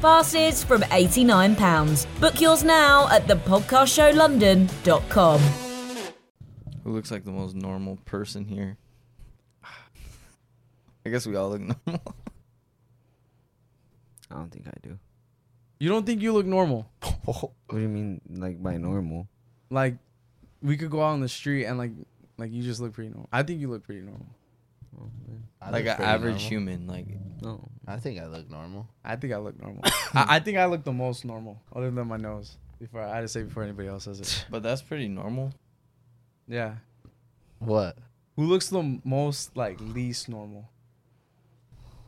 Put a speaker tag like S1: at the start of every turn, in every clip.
S1: Passes from £89. Book yours now at thepodcastshowlondon.com.
S2: Who looks like the most normal person here? I guess we all look normal.
S3: I don't think I do.
S4: You don't think you look normal?
S3: What do you mean, like by normal?
S4: Like, we could go out on the street and like, like you just look pretty normal. I think you look pretty normal.
S3: Oh, man.
S2: like an average human. Like
S3: No.
S5: I think I look normal.
S4: I think I look normal. I, I think I look the most normal, other than my nose. Before I had to say before anybody else says it.
S2: but that's pretty normal.
S4: Yeah.
S5: What?
S4: Who looks the most like least normal?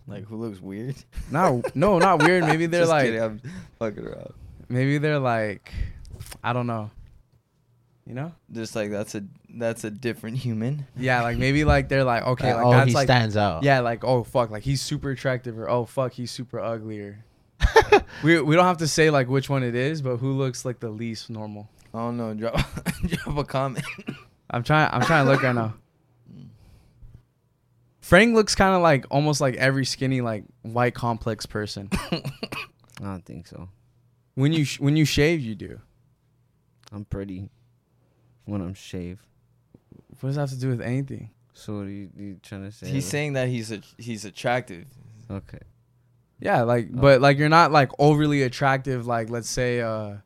S2: Like who looks weird?
S4: No, no, not weird. Maybe they're
S2: Just
S4: like,
S2: kidding, I'm fucking around.
S4: maybe they're like, I don't know. You know?
S2: Just like that's a that's a different human.
S4: Yeah, like maybe like they're like, okay,
S5: Uh,
S4: like
S5: oh,
S4: that's
S5: he
S4: like,
S5: stands out.
S4: yeah, like oh fuck, like he's super attractive, or oh fuck, he's super ugly, or we we don't have to say like which one it is, but who looks like the least normal?
S2: I don't know. Drop drop a comment.
S4: I'm trying. I'm trying to look right now. Frank looks kind of like almost like every skinny like white complex person.
S3: I don't think so.
S4: When you sh- when you shave, you do.
S3: I'm pretty when I'm shaved.
S4: What does that have to do with anything?
S3: So what are you, you trying to say?
S2: He's saying that he's a, he's attractive.
S3: Okay.
S4: Yeah, like but like you're not like overly attractive. Like let's say, uh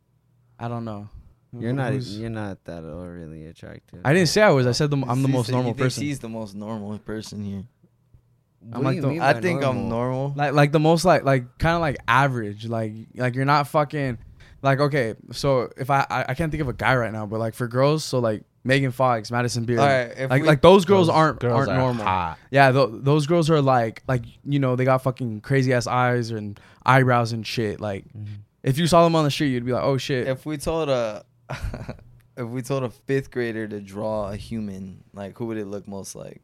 S4: I don't know.
S3: You're not
S4: Who's-
S3: you're not that uh, really attractive.
S4: I didn't say I was. I said the, I'm the
S2: He
S4: most
S2: said
S4: normal
S2: he thinks
S4: person.
S2: He's the most normal person here.
S3: What
S4: I'm
S3: do
S4: like
S3: you
S4: the-
S3: mean
S2: I
S3: by
S2: think I'm normal.
S4: like like the most like like kind of like average like like you're not fucking like okay so if I, I I can't think of a guy right now but like for girls so like Megan Fox Madison Beer
S2: All right, if
S4: like
S2: we-
S4: like those girls aren't aren't
S5: are
S4: normal
S5: hot.
S4: yeah th- those girls are like like you know they got fucking crazy ass eyes and eyebrows and shit like
S3: Mm-hmm.
S4: if you saw them on the street you'd be like oh shit
S2: If we told a if we told a fifth grader to draw a human, like who would it look most like?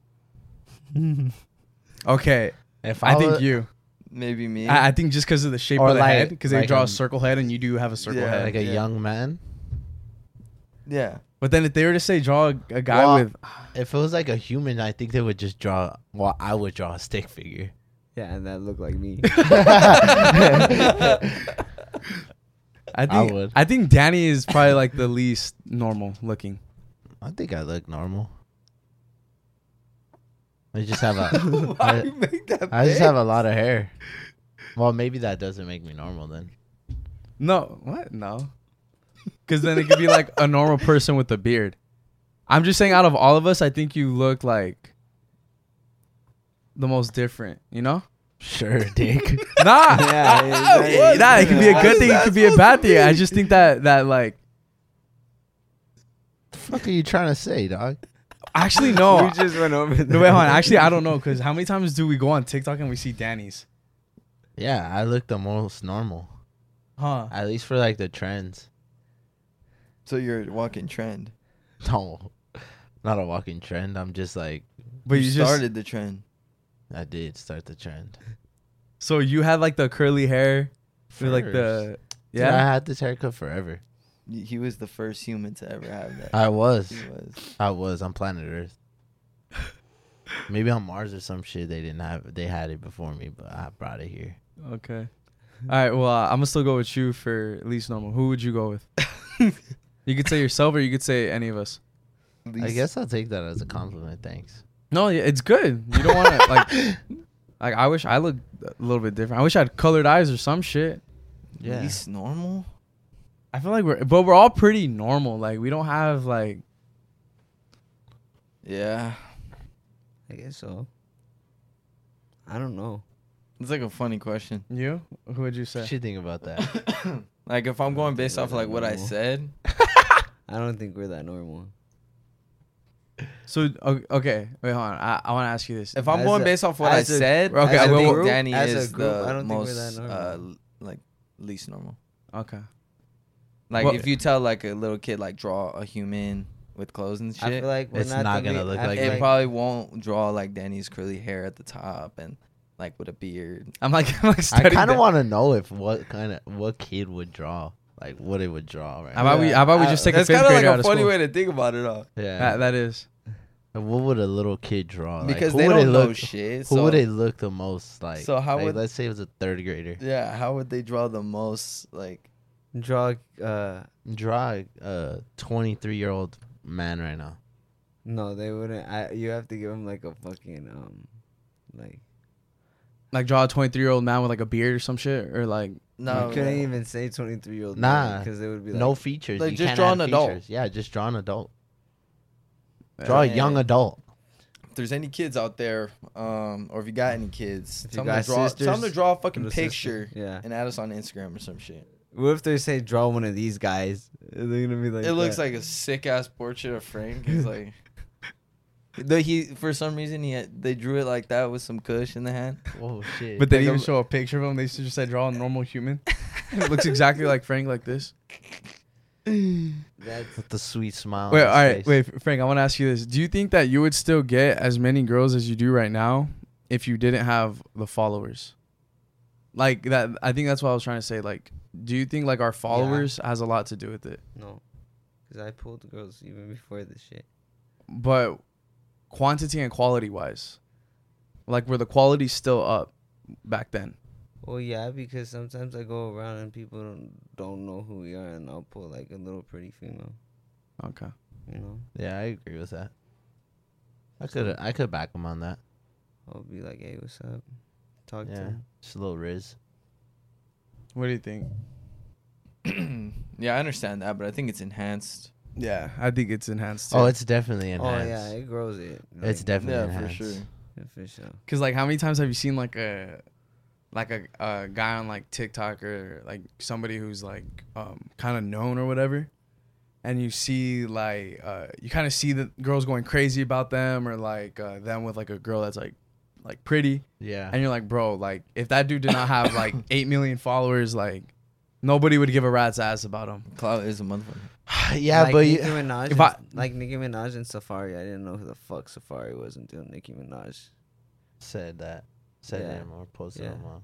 S4: okay
S5: If
S4: I, think
S5: wa-
S4: you
S2: Maybe me.
S4: I, I think just because of the shape
S5: Or
S4: of the
S5: like-
S4: head because they
S5: like
S4: draw
S5: a-
S4: a circle head and you do have a circle
S2: Yeah.
S4: head
S5: like a
S2: Yeah.
S5: young man,
S2: yeah.
S4: but then if they were to say draw a, a guy
S5: Well,
S4: with
S5: if it was like a human, I think they would just draw. Well, I would draw a stick figure.
S3: Yeah, and that looked like me.
S4: I
S5: I
S4: think I,
S5: would.
S4: think Danny is probably like the least normal looking.
S5: I think I look normal. I just have a. I,
S2: make that
S5: I just have a lot of hair. Well, maybe that doesn't make me normal then.
S4: No, what? No. Cuz then it could be like a normal person with a beard. I'm just saying out of all of us, I think you look like the most different, you know?
S5: Sure, dick.
S4: Nah.
S2: Yeah,
S4: Nah,
S2: exactly.
S4: it could be a
S2: What
S4: good
S2: is
S4: thing, it
S2: that
S4: could be a
S2: supposed
S4: bad
S2: to
S4: thing. I
S2: mean?
S4: just think that that like
S5: the fuck are you trying to say, dog?
S4: actually no.
S3: we just went over
S4: No, wait, hold on. Actually, I don't know cuz how many times do we go on TikTok and we see Danny's?
S5: Yeah, I look the most normal,
S4: Huh.
S5: at least for like the trends.
S2: So you're a walking trend.
S5: No, not a walking trend. I'm just like
S4: But you, just
S2: started the trend.
S5: I did start the trend.
S4: So you had like the curly hair for like
S5: First.
S4: the
S5: Dude,
S4: yeah.
S5: I had this haircut forever.
S2: Y- He was the first human to ever have that.
S5: I was,
S2: He was.
S5: I was on planet Earth. Maybe on Mars or some shit. They didn't have. They had it before me, but I brought it here.
S4: Okay. All right. Well, uh, I'm gonna still go with you for least normal. Who would you go with? you could say yourself, or you could say any of us.
S5: I
S2: Least-
S5: guess I'll take that as a compliment. Thanks.
S4: No, yeah, it's good. You don't want to like. Like I wish I looked a little bit different. I wish I had colored eyes or some shit.
S5: Yeah.
S2: Least normal.
S4: I feel like we're, but we're all pretty normal. Like we don't have like
S2: Yeah.
S3: I guess so. I don't know.
S2: It's like a funny question.
S4: you. Who would you
S5: What
S4: say?
S5: you think about that?
S2: Like if I'm going based off like what I
S3: normal.
S2: said,
S3: I don't think we're that normal.
S4: So o- okay, wait, hold on. I, I want to ask you this.
S2: if I'm
S3: As
S2: going
S3: a-
S2: based off what I
S3: as a-
S2: said,
S4: Okay,
S2: I
S4: as a
S2: think
S4: group-
S2: Danny
S3: as a
S2: is
S3: group,
S2: the
S3: I don't think we're
S2: most
S3: that
S2: uh,
S3: normal.
S2: l- like least normal.
S4: Okay.
S2: Like
S4: Well-
S2: if you tell like a little kid like draw a human with clothes and shit,
S5: I feel like we're It's not, not the gonna re- look
S2: it
S5: like
S2: it
S5: that.
S2: probably won't draw like Danny's curly hair at the top and like with a beard.
S4: I'm like, I'm like
S5: I
S4: studying.
S5: kind of
S4: that.
S5: want to know if what kind of what kid would draw, like what it would draw, right?
S4: How about we? How about we just take a
S2: That's
S4: fifth
S2: kind of
S4: grader
S2: like
S4: out
S2: a
S4: of
S2: funny
S4: school?
S2: way to think about it all
S5: yeah.
S4: That, that is.
S5: And what would a little kid draw? Like,
S2: because
S5: who
S2: they
S5: would
S2: don't
S5: it
S2: know
S5: look-
S2: shit.
S5: Who
S2: so,
S5: would it look the most like?
S2: So how
S5: like,
S2: would-
S5: let's say it was a third grader
S2: Yeah, how would they draw the most like?
S3: Draw. Uh,
S5: draw a twenty three year old man right now.
S3: no, they wouldn't. I. You have to give him like a fucking um, like
S4: Like draw a 23 year old man with like a beard or some shit, or like
S2: No,
S3: you couldn't
S2: no.
S3: even say twenty three year old.
S5: Nah.
S3: because they would be like,
S5: no features.
S2: like,
S5: you
S2: just
S5: can't
S2: draw
S5: add
S2: an adult.
S5: features. Yeah, just draw an adult. Draw a
S2: Yeah.
S5: young adult.
S2: if there's any kids out there, um, or if you got any kids,
S3: If you
S2: tell them,
S3: got
S2: to draw, tell them to
S3: sisters,
S2: draw a
S3: and
S2: fucking
S3: a sister.
S2: picture
S3: Yeah.
S2: and add us on Instagram or some shit.
S3: What if they say draw one of these guys? They're gonna be like.
S2: it looks
S3: that.
S2: like a sick ass portrait of Frank. He's like, though he for some reason he had, they drew it like that with some Kush in the hand.
S5: Whoa shit!
S4: But they didn't
S2: Like
S4: even
S2: a-
S4: show a picture of him. They just said draw a normal human. it looks exactly like Frank, like this.
S3: That's,
S5: with the sweet smile.
S4: Wait,
S5: on
S4: all
S5: his
S4: right,
S5: face.
S4: wait, Frank. I want to ask you this: Do you think that you would still get as many girls as you do right now if you didn't have the followers? Like that, I think that's what I was trying to say. Like, do you think like our followers has a lot to do with it?
S3: no, because I pulled girls even before this shit.
S4: But quantity and quality wise, like were the quality still up back then?
S3: Well, yeah, because sometimes I go around and people don't, don't know who we are, and I'll pull like a little pretty female,
S4: Okay.
S3: you know.
S5: Yeah, I agree with that. I could I could back him on that.
S3: I'll be like, "Hey, what's up?" Talk to
S5: Yeah,
S3: him.
S5: just a little riz.
S4: What do you think?
S2: yeah, I understand that, but I think it's enhanced.
S4: Yeah, I think it's enhanced. Too.
S5: Oh, it's definitely
S3: Oh yeah,
S5: enhanced.
S3: it grows it.
S5: it's
S3: like,
S5: definitely
S2: yeah,
S5: enhanced.
S2: for sure.
S3: yeah, for sure.
S4: Cause like, how many times have you seen like a, like a, a guy on like TikTok or like somebody who's like um kind of known or whatever, and you see like uh you kind of see the girls going crazy about them or like uh, them with like a girl that's like like pretty,
S5: Yeah.
S4: and you're like, bro, like if that dude did not have like eight million followers, like nobody would give a rat's ass about him.
S2: Clout is a motherfucker.
S5: yeah,
S3: like
S5: but
S3: Nicki
S5: you,
S3: Minaj, and-
S4: if I-
S3: like Nicki Minaj and Safari, I didn't know who the fuck Safari was until Nicki Minaj.
S5: said that. Said
S3: Yeah.
S5: him or posted
S3: Yeah.
S5: him on.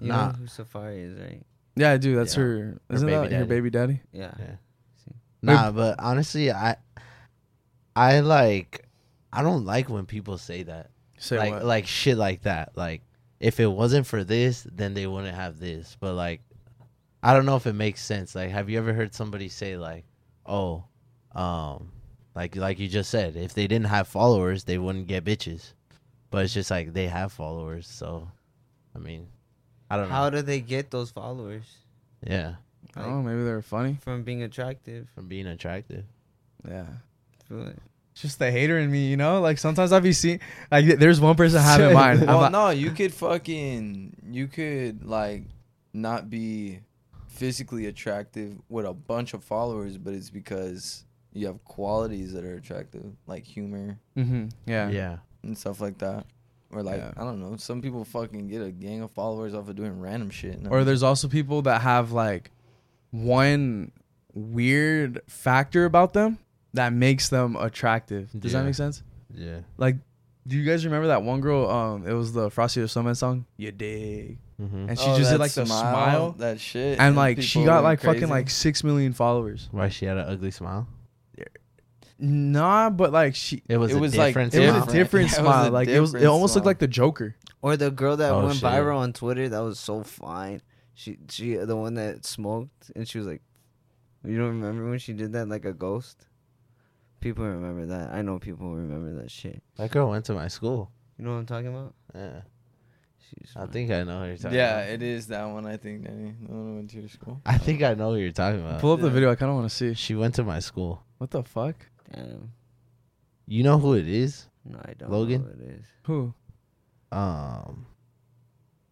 S3: You
S5: Nah.
S3: know who Safari is, right?
S4: Yeah, dude, that's
S5: Yeah.
S4: her. Isn't
S5: baby
S4: that her
S5: daddy.
S4: baby daddy?
S3: Yeah.
S5: Yeah.
S3: See.
S5: Nah, but honestly, I, I like, I don't like when people say that.
S4: Say
S5: like
S4: what?
S5: like shit like that. Like if it wasn't for this, then they wouldn't have this. But like I don't know if it makes sense. Like have you ever heard somebody say like, "Oh, um like like you just said, if they didn't have followers, they wouldn't get bitches." But it's just like they have followers, so I mean, I don't
S3: How
S5: know.
S3: do they get those followers
S5: yeah,
S3: like-
S4: oh, maybe they were funny.
S3: from being attractive?
S5: from being attractive.
S4: Yeah.
S3: I feel like-
S4: just the hater in me, you know. Like sometimes I be seeing, like th- there's one person I have in mind. I'm
S2: well,
S4: like-
S2: no, you could fucking, you could like not be physically attractive with a bunch of followers, but it's because you have qualities that are attractive, like humor
S4: Mhm, yeah.
S5: Yeah.
S2: and stuff like that. Or like,
S4: Yeah.
S2: I don't know, some people fucking get a gang of followers off of doing random shit.
S4: Or there's also people that have like one weird factor about them that makes them attractive. Does that
S5: Yeah.
S4: make sense?
S5: Yeah.
S4: Like, do you guys remember that one girl? Um, it was the Frosty the Snowman song. You dig?
S5: Mhm.
S4: And she just did like the smile,
S2: Oh, that shit,
S4: and like she
S2: people
S4: got
S2: went
S4: like
S2: crazy.
S4: fucking like six million followers.
S5: Why she had an ugly smile?
S4: Nah, but like she.
S5: It was
S2: It
S5: a
S2: was, like,
S5: different
S4: It was a
S5: smile.
S4: different
S2: Yeah, it was
S4: smile.
S2: a
S4: like it was, it
S2: different
S4: almost looked
S2: smile.
S4: like the Joker.
S3: Or the girl that
S5: Oh,
S3: went
S5: shit.
S3: viral on Twitter that was so fine. She she the one that smoked and she was like You don't remember when she did that like a ghost? People remember that. I know people remember that shit.
S5: That girl went to my school.
S3: You know what I'm talking about?
S5: Yeah.
S3: She's
S5: I
S3: fine.
S5: think I know who you're talking
S2: yeah,
S5: about.
S2: it is that one. I think Danny, the one who went to your school.
S5: I think I know who you're talking about.
S4: Pull up the
S2: Yeah.
S4: video. I kind of want to see.
S5: She went to my school.
S4: What the fuck?
S3: Damn.
S5: You know who it is?
S3: No, I don't
S5: Logan?
S3: know who it is.
S4: Who?
S5: Um,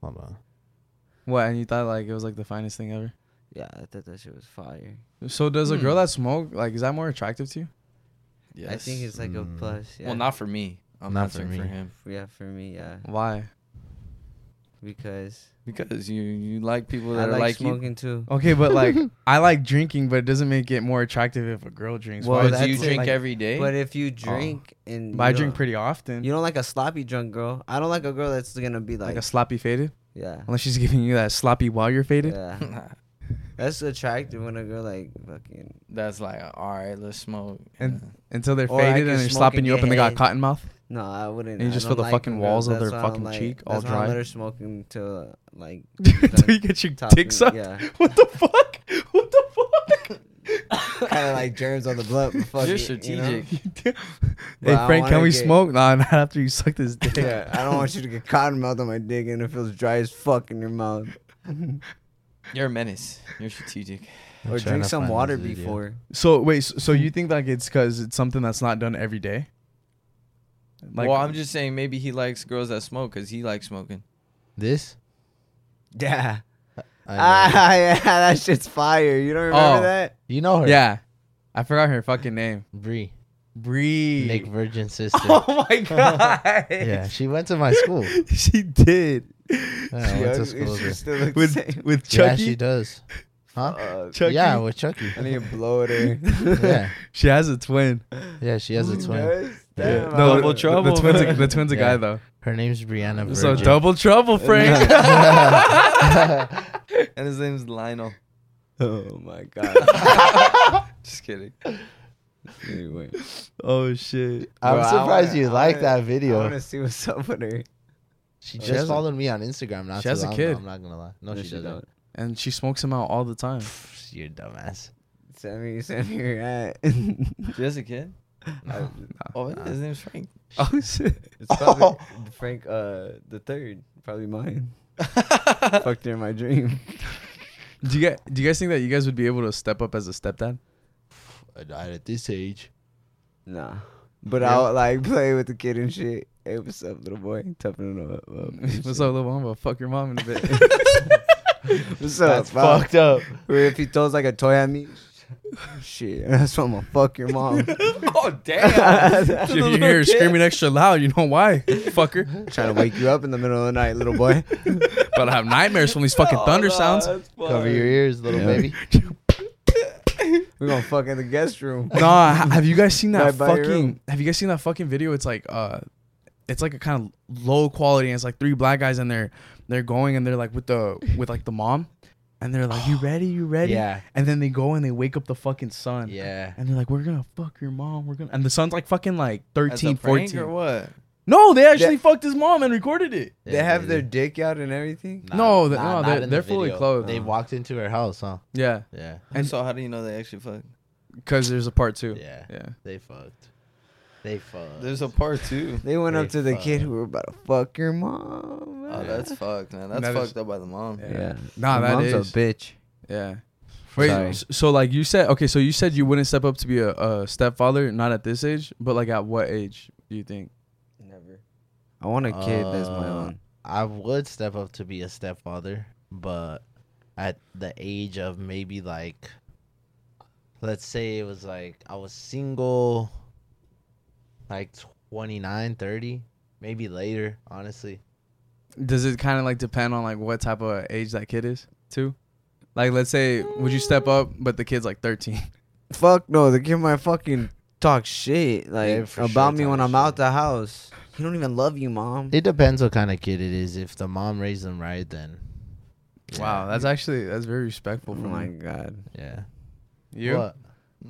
S5: hold on.
S4: What? And you thought like it was like the finest thing ever?
S3: Yeah, I thought that shit was fire.
S4: So does a girl
S2: Hmm.
S4: that smoke like is that more attractive to you?
S2: Yes.
S3: I think it's like
S5: Mm.
S3: a plus. Yeah.
S2: well, not for me. I'm
S5: Not
S2: not
S5: for
S2: for,
S5: me.
S2: for him.
S3: yeah, for me, yeah.
S4: Why?
S3: because
S2: because you you like people that are
S3: I like,
S2: like you.
S3: smoking too.
S4: Okay, but like I like drinking, but it doesn't make it more attractive if a girl drinks.
S3: Well,
S4: Why-
S2: But
S3: that's
S2: do you
S3: it,
S2: drink
S3: like-
S2: every day?
S3: But if you drink and
S4: but I
S3: you
S4: drink
S3: don't-
S4: pretty often.
S3: You don't like a sloppy drunk girl. I don't like a girl that's gonna be
S4: like,
S3: like,
S4: a sloppy faded,
S3: yeah,
S4: unless she's giving you that sloppy while you're faded.
S3: yeah. That's attractive when a girl like fucking.
S2: That's like all right. Let's smoke.
S4: And until they're
S3: Or I
S4: faded
S3: can
S4: and they're
S3: smoke
S4: slapping
S3: and
S4: you up
S3: get
S4: and they got
S3: head.
S4: cotton mouth.
S3: No, I wouldn't.
S4: And you
S3: I
S4: just
S3: don't
S4: feel the
S3: like
S4: fucking
S3: them
S4: walls of
S3: girls.
S4: their
S3: That's why I
S4: fucking
S3: don't like,
S4: cheek all
S3: that's why I
S4: dry.
S3: let her smoking till uh, like.
S4: Until you get your
S3: Top
S4: dick
S3: me,
S4: sucked.
S3: yeah.
S4: What the fuck? What the
S3: kind of like germs on the blunt. but Fuck
S2: You're
S3: it, you know?
S2: strategic.
S4: fuck?
S3: But
S4: hey
S3: I
S4: Frank, can
S3: wanna
S4: we
S3: get-
S4: smoke? Nah, not after you suck this dick.
S3: Yeah, I don't want you to get cotton mouth on my dick and it feels dry as fuck in your mouth.
S2: You're a menace. You're strategic.
S5: I'm
S3: Or
S5: trying
S3: drink
S5: to
S3: some
S5: find this
S3: water
S5: video.
S3: before.
S4: So wait, so, so you think like it's because it's something that's not done every day?
S2: well, I'm just saying maybe he likes girls that smoke because he likes smoking.
S5: This?
S3: Yeah.
S5: I know.
S3: Ah, yeah, that shit's fire. You don't remember
S4: Oh.
S3: that?
S5: you know her.
S4: yeah. I forgot her fucking name.
S5: Bree.
S4: Bree.
S5: Nick Virgin's sister.
S4: Oh my god.
S5: yeah, she went to my school. Yeah,
S4: she did.
S5: I went to school
S3: She
S5: there.
S3: still looks the
S4: With
S3: same.
S4: with
S5: Yeah,
S4: Chucky.
S5: she does. Huh?
S3: Fuck.
S4: Chucky.
S5: Yeah, with Chucky.
S3: I need to blow it in.
S5: Yeah,
S4: She has a twin.
S5: yeah, she has a twin.
S3: Damn,
S4: No,
S3: I-
S2: Double
S4: the-
S2: trouble,
S4: The twin's a,
S2: man.
S4: the twin's a guy
S5: Yeah.
S4: though.
S5: Her name's Brianna Virgin.
S4: So double trouble, Frank.
S2: And his name's Lionel.
S3: Oh my god.
S2: Just kidding.
S3: anyway,
S4: oh shit.
S5: I'm
S3: Bro, I
S5: surprised
S3: wanna-
S5: you
S3: I
S5: like
S3: wanna-
S5: that
S3: I
S5: video.
S3: want to see what's up with her.
S5: She
S4: She
S5: just
S4: has a-
S5: followed me on Instagram. Not
S4: she has a
S5: too long
S4: kid.
S5: Ago, I'm not gonna lie. No, she, doesn't.
S4: And she smokes him out all the time.
S5: Pff, You're dumbass.
S3: Send me, send me your at.
S2: She has a kid.
S5: No.
S2: Oh, yeah, his name's Frank.
S4: Oh shit.
S3: It's probably Frank uh the third, probably mine. Fucked her in my dream.
S4: Do you guys do you guys think that you guys would be able to step up as a stepdad?
S5: I died at this age.
S3: Nah, but I'll like play with the kid and shit. Hey, what's up, little boy? Toughen it up. up and
S4: What's
S3: shit.
S4: up, little mama? Fuck your mom in a bit.
S3: What's up?
S5: That's
S3: bro?
S5: fucked up.
S3: Or if he throws like a toy at me, shit. That's why I'm gonna fuck your mom.
S2: oh damn!
S4: if you hear her screaming extra loud, you know why, fucker.
S3: Trying to wake you up in the middle of the night, little boy.
S4: But I have nightmares from these fucking thunder sounds.
S5: Cover your ears, little
S3: Yeah.
S5: baby.
S3: We're gonna fuck in the guest room.
S4: Nah, ha- have you guys seen that
S3: Right by your
S4: fucking?
S3: room.
S4: Have you guys seen that fucking video? It's like uh, it's like a kind of low quality, and it's like three black guys and they're they're going and they're like with the with like the mom, and they're like, "You ready? You ready?"
S5: Yeah.
S4: And then they go and they wake up the fucking son.
S5: Yeah.
S4: And they're like, "We're gonna fuck your mom. We're gonna." And the son's like fucking like 13,
S2: Thirteen, fourteen,
S4: 14.
S2: or what?
S4: No, they actually
S3: Yeah.
S4: fucked his mom and recorded it.
S3: They have their dick out and everything.
S4: No, they- no, they're-
S5: in the
S4: they're fully
S5: video.
S4: clothed.
S5: They walked into her house, huh?
S4: Yeah,
S5: Yeah.
S2: And
S4: And-
S2: so, how do you know they actually fuck?
S4: because there's a part two.
S5: Yeah.
S4: Yeah.
S5: They fucked. They fucked.
S2: There's a part two.
S3: They went up
S5: They
S3: to the
S5: fuck.
S3: kid who were about to fuck your mom.
S2: Oh, that's fucked, man. That's
S4: That is-
S2: fucked up by the mom.
S4: Yeah.
S3: yeah.
S4: Nah,
S3: Your
S4: that
S3: mom's
S4: is-
S3: a bitch.
S4: Yeah. Wait,
S3: Sorry.
S4: s- so like you said, okay, so you said you wouldn't step up to be a, a stepfather, not at this age, but like at what age do you think?
S2: Never.
S3: I want a kid that's my
S5: Uh,
S3: own.
S5: I would step up to be a stepfather, but at the age of maybe like, let's say it was like I was single, like 29, 30, maybe later, honestly.
S4: Does it kind of like depend on like what type of age that kid is too? Like, let's say, would you step up, but the kid's like 13?
S3: Fuck no, the kid might fucking talk shit
S5: Yeah,
S3: like
S5: for sure
S3: about me when I'm
S5: talking
S3: out
S5: shit.
S3: the house. He don't even love you, mom.
S5: It depends what kind of kid it is. If the mom raised them right, then.
S4: Wow, that's actually that's very
S3: oh
S4: respectful for
S3: my
S5: Mm.
S4: me.
S3: god.
S5: Yeah.
S4: You
S5: What?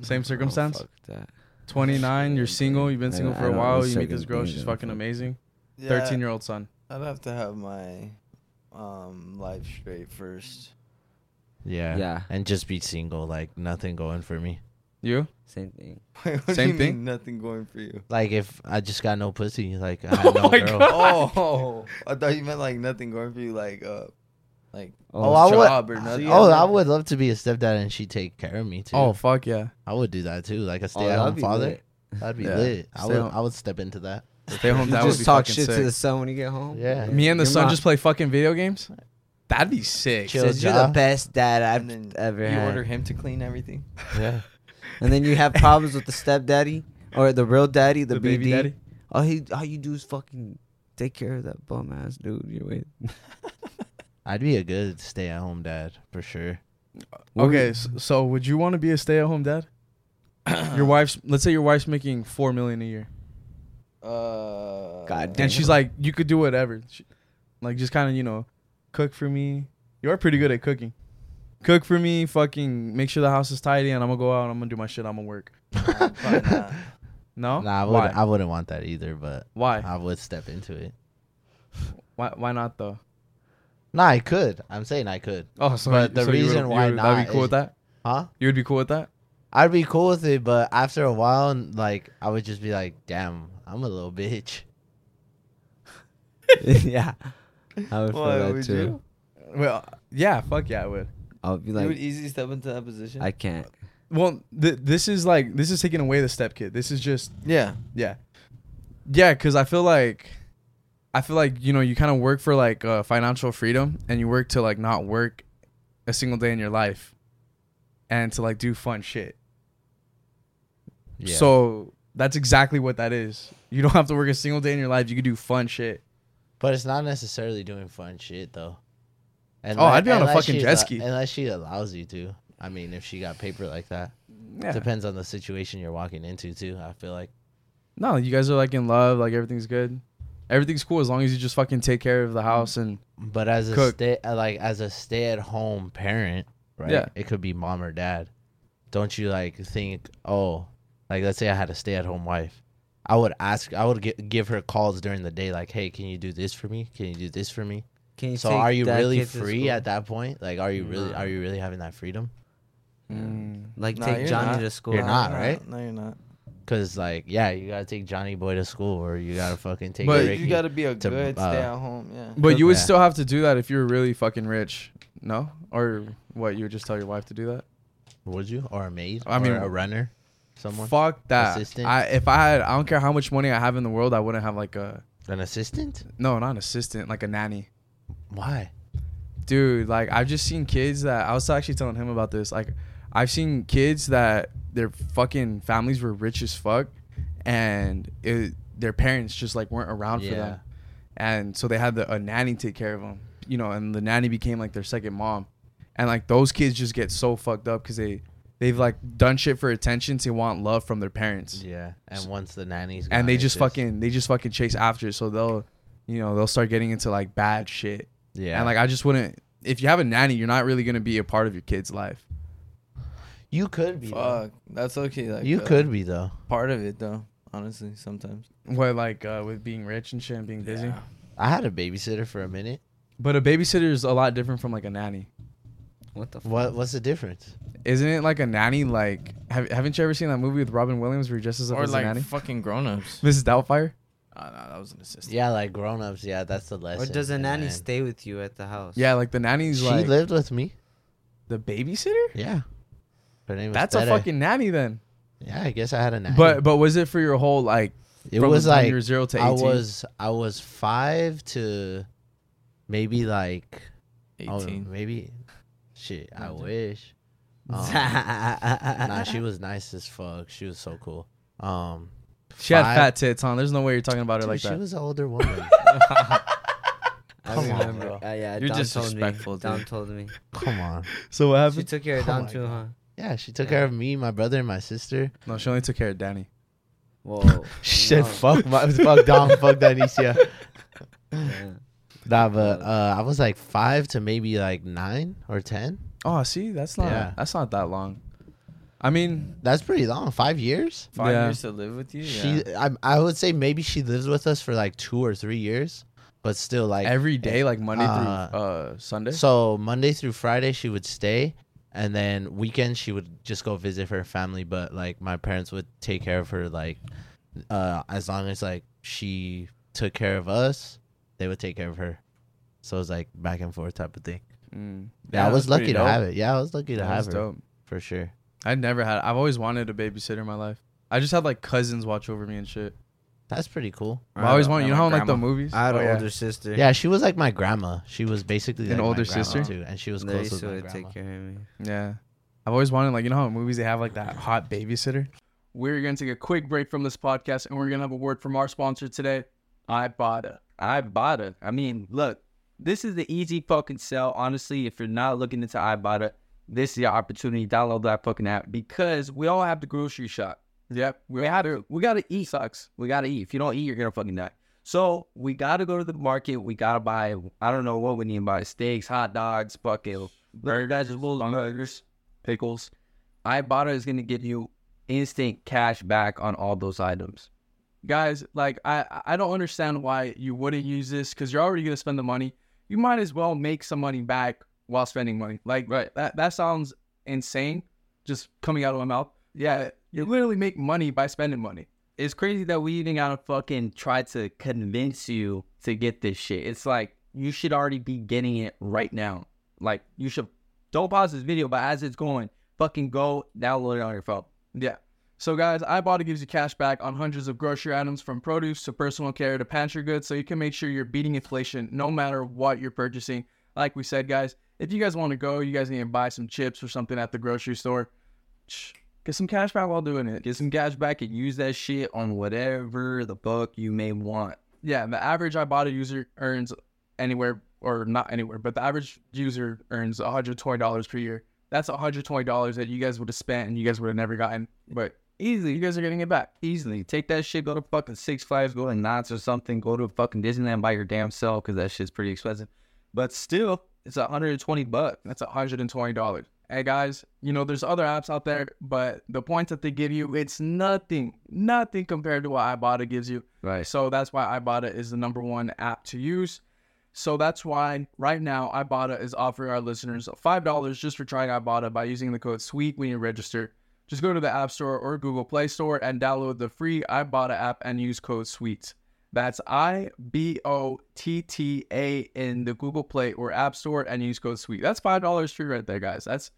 S4: same
S3: Mm, Oh,
S4: circumstance.
S3: fuck that.
S4: 29, you're single, you've been
S3: I-
S4: single
S3: I
S4: for a
S3: don't
S4: while.
S3: really
S4: You meet this
S3: second
S4: girl,
S3: think
S4: she's
S3: that,
S4: fucking
S3: fuck.
S4: amazing.
S2: Yeah,
S4: 13 year old son.
S2: I'd have to have my um life straight first.
S5: Yeah.
S3: Yeah.
S5: And just be single, like nothing going for me.
S4: You?
S3: Same thing.
S2: Wait, what do
S4: Same
S2: you
S4: thing?
S2: Mean nothing going for you.
S5: Like if I just got no pussy, like I had no
S4: my
S5: girl.
S4: God.
S2: Oh, I thought you meant like nothing going for you, like uh, like
S5: Oh,
S3: Oh,
S5: I would.
S2: job or nothing.
S5: oh, I would love to be a stepdad and she take care of me too.
S4: Oh fuck yeah!
S5: I would do that too. Like a
S3: oh,
S5: stay at home
S3: that'd be
S5: father.
S3: lit.
S5: That'd be
S4: Yeah.
S5: lit. I
S4: Stay
S5: would.
S4: home.
S5: I would step into that.
S4: Stay home.
S3: You
S4: That would
S3: just
S4: be
S3: talk
S4: fucking
S3: shit
S4: sick.
S3: to the sun when you get home.
S5: Yeah.
S4: Me and the
S3: Your
S4: son
S3: mom
S4: just play fucking video games. That'd be sick.
S5: Chill.
S3: says you're
S5: Ja.
S3: the best dad
S2: And
S3: I've
S2: then
S3: ever
S2: you
S3: had.
S2: order him to clean everything.
S5: Yeah.
S3: and then you have problems with the stepdaddy or the real daddy, the, baby daddy. All he all you do is fucking take care of that bum ass dude you're with.
S5: I'd be a good stay at home dad for sure.
S4: Okay, s- so would you want to be a stay-at-home dad? your wife's let's say your wife's making 4 million a year.
S2: Uh,
S3: God damn.
S4: And she's like, "You could do whatever." She, like just kind of, you know, cook for me. You are pretty good at cooking. Cook for me, fucking make sure the house is tidy and I'm going to go out, I'm going to do my shit, I'm going to work.
S2: nah, probably not.
S4: No?
S5: Nah, I, would,
S4: Why?
S5: I wouldn't want that either, but
S4: Why?
S5: I would step into it.
S4: Why why not though?
S5: Nah, I could. I'm saying I could.
S4: Oh, so
S5: But the
S4: you would-
S5: reason
S4: you
S5: why
S4: would- that'd
S5: not
S4: be cool
S5: is-
S4: with that?
S5: Huh?
S4: You would be cool with that?
S5: I'd be cool with it, but after a while, and like I would just be like, "Damn, I'm a little bitch."
S3: yeah. I would feel
S2: Why
S3: that
S2: would
S3: too.
S2: you?
S4: Well, yeah, fuck yeah, I would.
S3: I'll be
S2: you would
S3: like,
S2: easily step into that position.
S3: I can't.
S4: Well, th- this is like this is taking away the step kid. This is just
S2: yeah.
S4: yeah, yeah. Because I feel like, I feel like you know you kind of work for like uh, financial freedom, and you work to like not work a single day in your life, and to like do fun shit.
S5: Yeah.
S4: So that's exactly what that is. You don't have to work a single day in your life. You can do fun shit.
S5: but it's not necessarily doing fun shit though. And
S4: Oh, I'd be on a fucking jet ski.
S5: unless she allows you to. I mean, if she got paper like that,
S4: Yeah.
S5: depends on the situation you're walking into too. I feel like
S4: No, you guys are like in love. Like everything's good. Everything's cool as long as you just fucking take care of the house and
S5: But as a
S4: Cook.
S5: stay, uh, like as a stay-at-home parent, right?
S4: Yeah.
S5: It could be mom or dad. Don't you like think? Oh, like let's say I had a stay-at-home wife, I would ask, I would gi- give her calls during the day, like, "Hey, can you do this for me? Can you do this for me?"
S3: Can
S5: so are you really free at that point? Like, are you really are you really having that freedom?
S3: Like
S2: Nah,
S3: take
S2: you're
S3: Johnny
S2: not.
S3: to school.
S5: You're not, right?
S2: No, you're not.
S5: Because like, yeah, you gotta take Johnny Boy to school, or you gotta fucking take.
S4: But
S2: But
S5: Ricky.
S2: you gotta be a
S5: to,
S2: good
S5: uh,
S2: stay at home. Yeah.
S4: But you would
S5: Yeah.
S4: still have to do that if you were really fucking rich. No? Or what, you would just tell your wife to do that?
S5: would you or a maid?
S4: I
S5: I
S4: mean-
S5: mean, a runner, someone,
S4: Fuck that.
S5: Assistant?
S4: I if I had I don't care how much money I have in the world, I wouldn't have like a
S5: an assistant.
S4: no, not an assistant, like a nanny.
S5: Why?
S4: Dude, like I've just seen kids that I was actually telling him about this. Like I've seen kids that their fucking families were rich as fuck and it, their parents just like weren't around for
S5: Yeah.
S4: them. And so they had the, a nanny take care of them, you know, and the nanny became like their second mom. and like those kids just get so fucked up because they they've like done shit for attention to want love from their parents
S5: Yeah, and once the nannies
S4: and they just fucking they just fucking chase after it so they'll you know they'll start getting into like bad shit
S5: yeah,
S4: and like i just wouldn't if you have a nanny you're not really gonna be a part of your kid's life
S5: you could be, though.
S2: Fuck. That's okay. Like
S5: you
S2: uh,
S5: could be though.
S2: part of it though. Honestly, sometimes.
S4: what like uh, with being rich and shit and being busy
S2: Yeah.
S5: I had a babysitter for a minute.
S4: but a babysitter is a lot different from like a nanny
S3: What the fuck?
S5: What what's the difference?
S4: isn't it like a nanny like have, haven't you ever seen that movie with robin williams where he dresses up
S2: Or
S4: as a
S2: like
S4: nanny
S2: fucking grown-ups.
S4: mrs doubtfire
S2: Ah, nah, that was an assistant.
S5: Yeah, like grown ups. Yeah, that's the
S3: Or
S5: lesson.
S3: does a
S5: and
S3: nanny
S5: then-
S3: stay with you at the house?
S4: yeah like the nanny's
S5: She
S4: like
S5: lived with me.
S4: the babysitter
S5: Yeah, her name. Was
S4: that's
S5: Tere.
S4: a fucking nanny then
S5: Yeah, I guess I had a nanny.
S4: But but was it for your whole like?
S5: it
S4: from
S5: was
S4: the time
S5: like
S4: you were zero to
S5: I
S4: 18?
S5: was I was five to maybe like oh,
S2: 18.
S5: maybe shit. I
S2: Nineteen.
S5: wish. Um, nah, she was nice as fuck. She was so cool. Um,
S4: She had
S5: five-
S4: fat tits on. There's no way you're talking about her
S5: dude,
S4: like
S5: she
S4: that.
S5: was an older woman.
S3: I
S5: Come on,
S3: remember.
S5: bro.
S3: Uh, yeah,
S2: You're
S3: Dom
S2: disrespectful,
S3: told me. Dom
S2: dude.
S3: told me.
S5: Come on.
S4: so what
S3: She
S4: happened?
S3: took care of
S5: Oh
S3: Dom
S5: my
S3: too, huh?
S5: God. Yeah, she took care of me, my brother, and my sister.
S4: no, she only took care of Danny.
S3: Whoa.
S5: She
S3: no.
S5: said, "Fuck my, fuck Dom, fuck Danicia."
S3: Yeah.
S5: Nah, but uh, I was like five to maybe like nine or ten.
S4: Oh, see, that's not
S5: Yeah.
S4: that's not that long. I mean,
S5: That's pretty long. Five years.
S2: Five
S4: Yeah.
S2: years to live with you. Yeah.
S5: She, I, I would say maybe she lives with us for like two or three years, but still like eh,
S4: every day, like Monday
S5: uh,
S4: through uh, Sunday.
S5: So Monday through Friday she would stay, and then weekend she would just go visit her family. But like my parents would take care of her, like uh, as long as like she took care of us, they would take care of her. So it was like back and forth type of thing.
S4: Mm.
S5: Yeah, I
S2: that's
S5: was lucky
S2: pretty
S5: to
S2: dope.
S5: have it. Yeah, I was lucky to
S4: That was
S5: have her
S4: dope.
S5: for sure.
S4: I never had. I've always wanted a babysitter in my life. I just had like cousins watch over me and shit.
S5: That's pretty cool.
S4: I always
S3: had a-
S4: wanted. You know
S2: my
S4: how in like the
S2: grandma.
S4: movies.
S3: I had
S4: Oh,
S3: an
S4: yeah.
S3: older sister.
S5: Yeah, she was like my grandma. She was basically
S4: An
S5: like my
S4: older
S5: grandma
S4: sister?
S5: too, and she was
S3: They
S5: close
S3: used
S5: with my
S3: to
S5: grandma.
S3: take care of me.
S4: Yeah. I've always wanted, like, you know how in movies they have, like, that hot babysitter? We're going to take a quick break from this podcast and we're going to have a word from our sponsor today,
S6: I bought it. I bought it. I mean, look, This is the easy fucking sell. Honestly, if you're not looking into Ibotta, this is your opportunity. Download that fucking app because we all have the grocery shop. Yep. We have to, we gotta eat. Sucks. We gotta eat. If you don't eat, you're gonna fucking die. So we gotta go to the market. We gotta buy I don't know what we need to buy. Steaks, hot dogs, fucking vegetables, burgers, pickles. Ibotta is gonna give you instant cash back on all those items.
S4: guys like i i don't understand why you wouldn't use this because you're already going to spend the money you might as well make some money back while spending money like right that, that sounds insane just coming out of my mouth yeah you literally make money by spending money
S6: it's crazy that we even gotta fucking try to convince you to get this shit. It's like you should already be getting it right now. Like you should don't pause this video, but as it's going, fucking go download it on your phone.
S4: yeah so guys ibotta gives you cash back on hundreds of grocery items from produce to personal care to pantry goods so you can make sure you're beating inflation no matter what you're purchasing like we said guys if you guys want to go you guys need to buy some chips or something at the grocery store get some cash back while doing it
S6: Get some cash back and use that shit on whatever the fuck you may want.
S4: yeah, the average Ibotta user earns anywhere or not anywhere, but the average user earns $120 per year. That's $120 that you guys would have spent and you guys would have never gotten, but
S6: Easily,
S4: you guys are getting it back.
S6: easily. Take that shit, go to fucking Six Flags, go to Knott's or something, go to fucking Disneyland by your damn self because that shit's pretty expensive. But still, it's 120 bucks.
S4: That's $120. Hey guys, you know there's other apps out there, but the points that they give you, it's nothing, nothing compared to what Ibotta gives you.
S6: Right.
S4: So that's why Ibotta is the number one app to use. So that's why right now Ibotta is offering our listeners $5 just for trying Ibotta by using the code SWEET when you register. Just go to the App Store or Google Play Store and download the free Ibotta app and use code SWEET. That's I B O T T A in the Google Play or App Store and use code SWEET. That's $5 free right there, guys. That's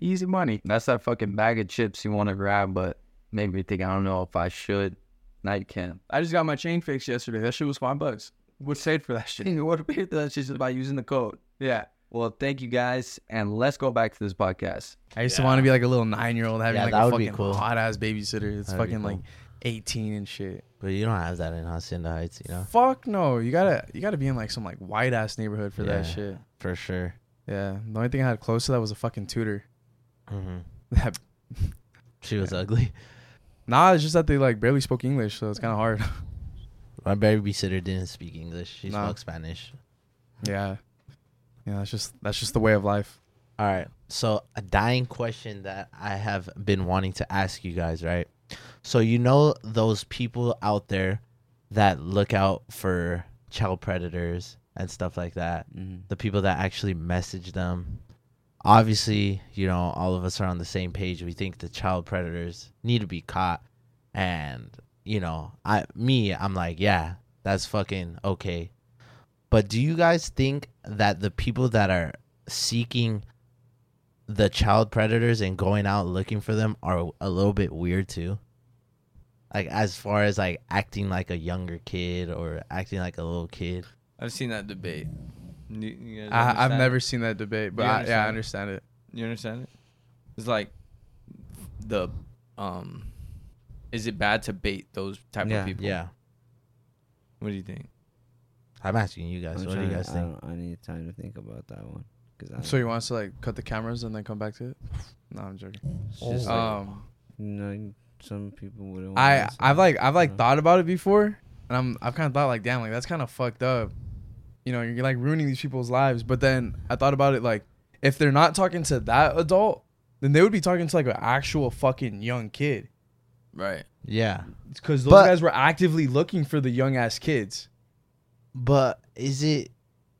S4: easy money.
S6: That's that fucking bag of chips you want to grab, but made me think, I don't know if I should. Now you can.
S4: I just got my chain fixed yesterday. That shit was five bucks. Would paid for that shit.
S6: You want to pay that shit just by using the code.
S4: Yeah.
S6: Well, thank you guys, and let's go back to this podcast.
S4: I used to want to be like a little nine year old having
S5: Yeah,
S4: like
S5: that
S4: a
S5: would be
S4: fucking
S5: cool.
S4: hot ass babysitter. It's
S5: That'd be
S4: fucking like
S5: cool.
S4: eighteen and shit.
S5: But you don't have that in Hacienda Heights, you know,
S4: Fuck no. You gotta you gotta be in like some like white ass neighborhood for that
S5: Yeah.
S4: shit.
S5: for sure.
S4: Yeah. The only thing I had close to that was a fucking tutor.
S5: hmm
S4: That
S5: She was ugly.
S4: nah, it's just that they like barely spoke English, so it's kinda hard.
S5: My babysitter didn't speak English. She
S4: Nah.
S5: spoke Spanish.
S4: yeah. Yeah, that's just that's just the way of life.
S5: All right. So a dying question that I have been wanting to ask you guys, right? So you know those people out there that look out for child predators and stuff like that.
S3: Mm-hmm.
S5: The people that actually message them. Obviously, you know, all of us are on the same page. We think the child predators need to be caught. And, you know, I me, I'm like, yeah, that's fucking okay. But do you guys think that the people that are seeking the child predators and going out looking for them are a little bit weird too. Like as far as like acting like a younger kid or acting like a little kid.
S2: I've seen that debate. You, you guys
S4: I, I've
S2: understand?
S4: never seen that debate, but
S2: You
S4: I, yeah, I
S2: understand
S4: understand it.
S2: You understand it? It's like the um, is it bad to bait those type
S3: Yeah.
S2: of people?
S5: Yeah,
S2: What do you think?
S5: I'm asking you guys.
S3: I'm
S5: what do you
S3: trying- uh,
S5: guys
S3: I,
S5: think?
S3: don't- I need time to think about that one. Cause I
S4: So
S3: don't-
S4: you want us to like cut the cameras and then come back to it? No, I'm joking.
S3: it's just like,
S4: Um
S3: you know, some people wouldn't. wanna
S4: I
S3: listen.
S4: I've like I've
S3: Mhm.
S4: like thought about it before, and I'm I've kind of thought like, damn, like that's kind of fucked up. You know, you're like ruining these people's lives. But then I thought about it like, if they're not talking to that adult, then they would be talking to like an actual fucking young kid,
S2: Right.
S5: Yeah,
S4: because those
S5: But-
S4: guys were actively looking for the young ass kids.
S5: but is it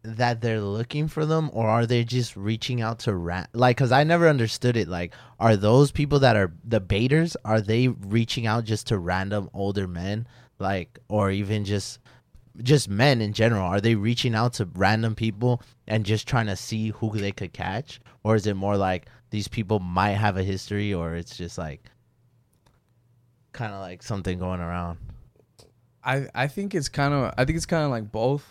S5: that they're looking for them or are they just reaching out to rat? Like, cause I never understood it. Like, are those people that are the baiters? Are they reaching out just to random older men? Like, or even just just men in general are they reaching out to random people and just trying to see who they could catch or is it more like these people might have a history or it's just like kind of like something going around
S4: I I think it's kind of I think it's kind of like both.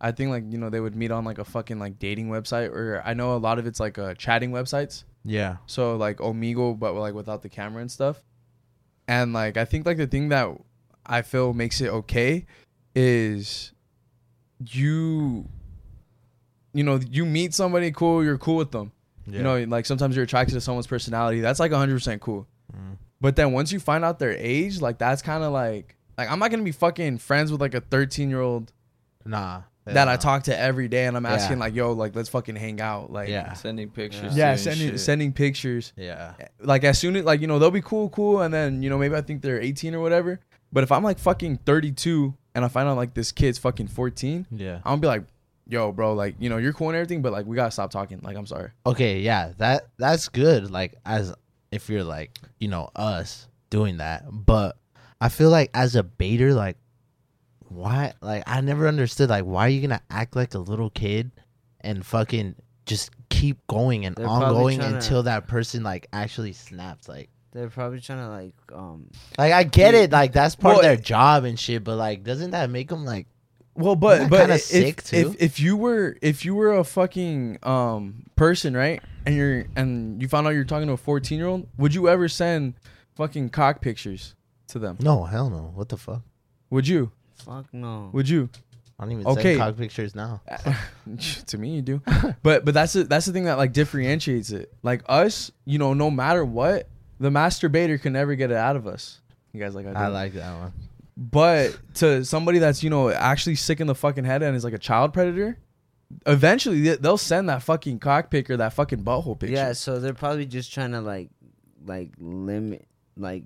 S4: I think like you know they would meet on like a fucking like dating website, or I know a lot of it's like uh, chatting websites.
S5: yeah
S4: so like Omegle, but like without the camera and stuff. And like I think like the thing that I feel makes it okay is you you know, you meet somebody cool, you're cool with them.
S5: Yeah.
S4: You know, like sometimes you're attracted to someone's personality. That's like 100% cool.
S5: Mm-hmm.
S4: But then once you find out their age, like that's kind of like like I'm not going to be fucking friends with like a 13-year-old
S5: nah.
S4: that
S5: nah.
S4: I talk to every day and I'm
S5: Yeah.
S4: asking like, "Yo, like let's fucking hang out." Like
S5: Yeah.
S2: Sending pictures.
S4: Yeah,
S2: doing
S4: sending
S2: shit.
S4: sending pictures.
S5: Yeah.
S4: Like as soon as like you know, they'll be cool cool and then, you know, maybe I think they're 18 or whatever. But if I'm like fucking 32 and I find out like this kid's fucking 14,
S5: Yeah.
S4: I'm gonna be like, yo, bro, like, you know, you're cool and everything, but like, we gotta stop talking. Like, I'm sorry.
S5: Okay. Yeah. That that's good. Like as if you're like you know us doing that, but I feel like as a baiter, like why? Like I never understood. Like why are you gonna act like a little kid and fucking just keep going and
S3: They're probably
S5: ongoing
S3: tryna-
S5: until that person like actually snaps like.
S3: They're probably trying to like um.
S5: Like I get it, like that's part
S4: Well,
S5: of their job and shit, but like doesn't that make them like
S4: Well, but
S5: Isn't that
S4: but
S5: kinda
S4: if,
S5: sick, too?
S4: if if you were if you were a fucking um person, right, and you're and you found out you're talking to a 14 year old, would you ever send fucking cock pictures to them?
S5: no, hell no, what the fuck?
S4: Would you?
S3: Fuck no.
S4: Would you?
S5: I don't even
S4: Okay.
S5: send cock pictures now.
S4: to me you do but but that's the, that's the thing that like differentiates it like us you know no matter what the masturbator can never get it out of us you guys like that,
S5: I
S4: don't you?
S5: like that one.
S4: But to somebody that's you know actually sick in the fucking head and is like a child predator, eventually they- they'll send that fucking cock pic or that fucking butthole picture.
S3: Yeah, so they're probably just trying to like, like limit, like.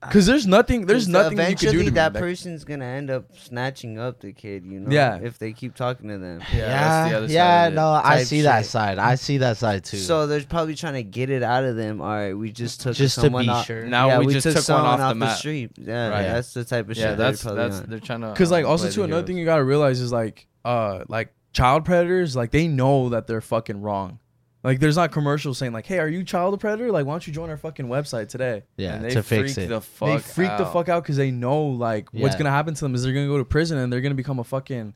S4: because there's nothing, there's
S3: 'cause
S4: nothing you can
S3: Eventually,
S4: do to me.
S3: that
S4: Like,
S3: person's gonna end up snatching up the kid. You know.
S4: Yeah.
S3: If they keep talking to them.
S5: Yeah,
S2: Yeah, that's the other side
S5: yeah,
S2: of it.
S5: no, I
S3: Type
S5: see that
S3: shit.
S5: side. I see that side too.
S3: So they're probably trying to get it out of them. All right, we just took
S5: just to
S3: someone
S5: be
S3: off.
S5: sure.
S2: Now
S3: yeah,
S2: we, just took one
S3: someone
S2: off, the map.
S3: street. Yeah,
S2: Right.
S3: that's the type of
S2: Yeah,
S3: shit.
S2: that's
S3: they're probably
S2: that's
S3: on.
S2: they're trying to. uh,
S4: Because like also
S2: Um, play the
S4: too another thing
S2: heroes.
S4: you gotta realize is like uh like child predators like they know that they're fucking wrong. Like there's not commercials saying like hey are you child predator like why don't you join our fucking website today.
S5: yeah,
S2: And they
S5: to fix
S2: freak
S5: it.
S2: The fuck
S4: they freak the
S2: out.
S4: fuck out because they know like what's
S5: Yeah.
S4: gonna happen to them is they're gonna go to prison and they're gonna become a fucking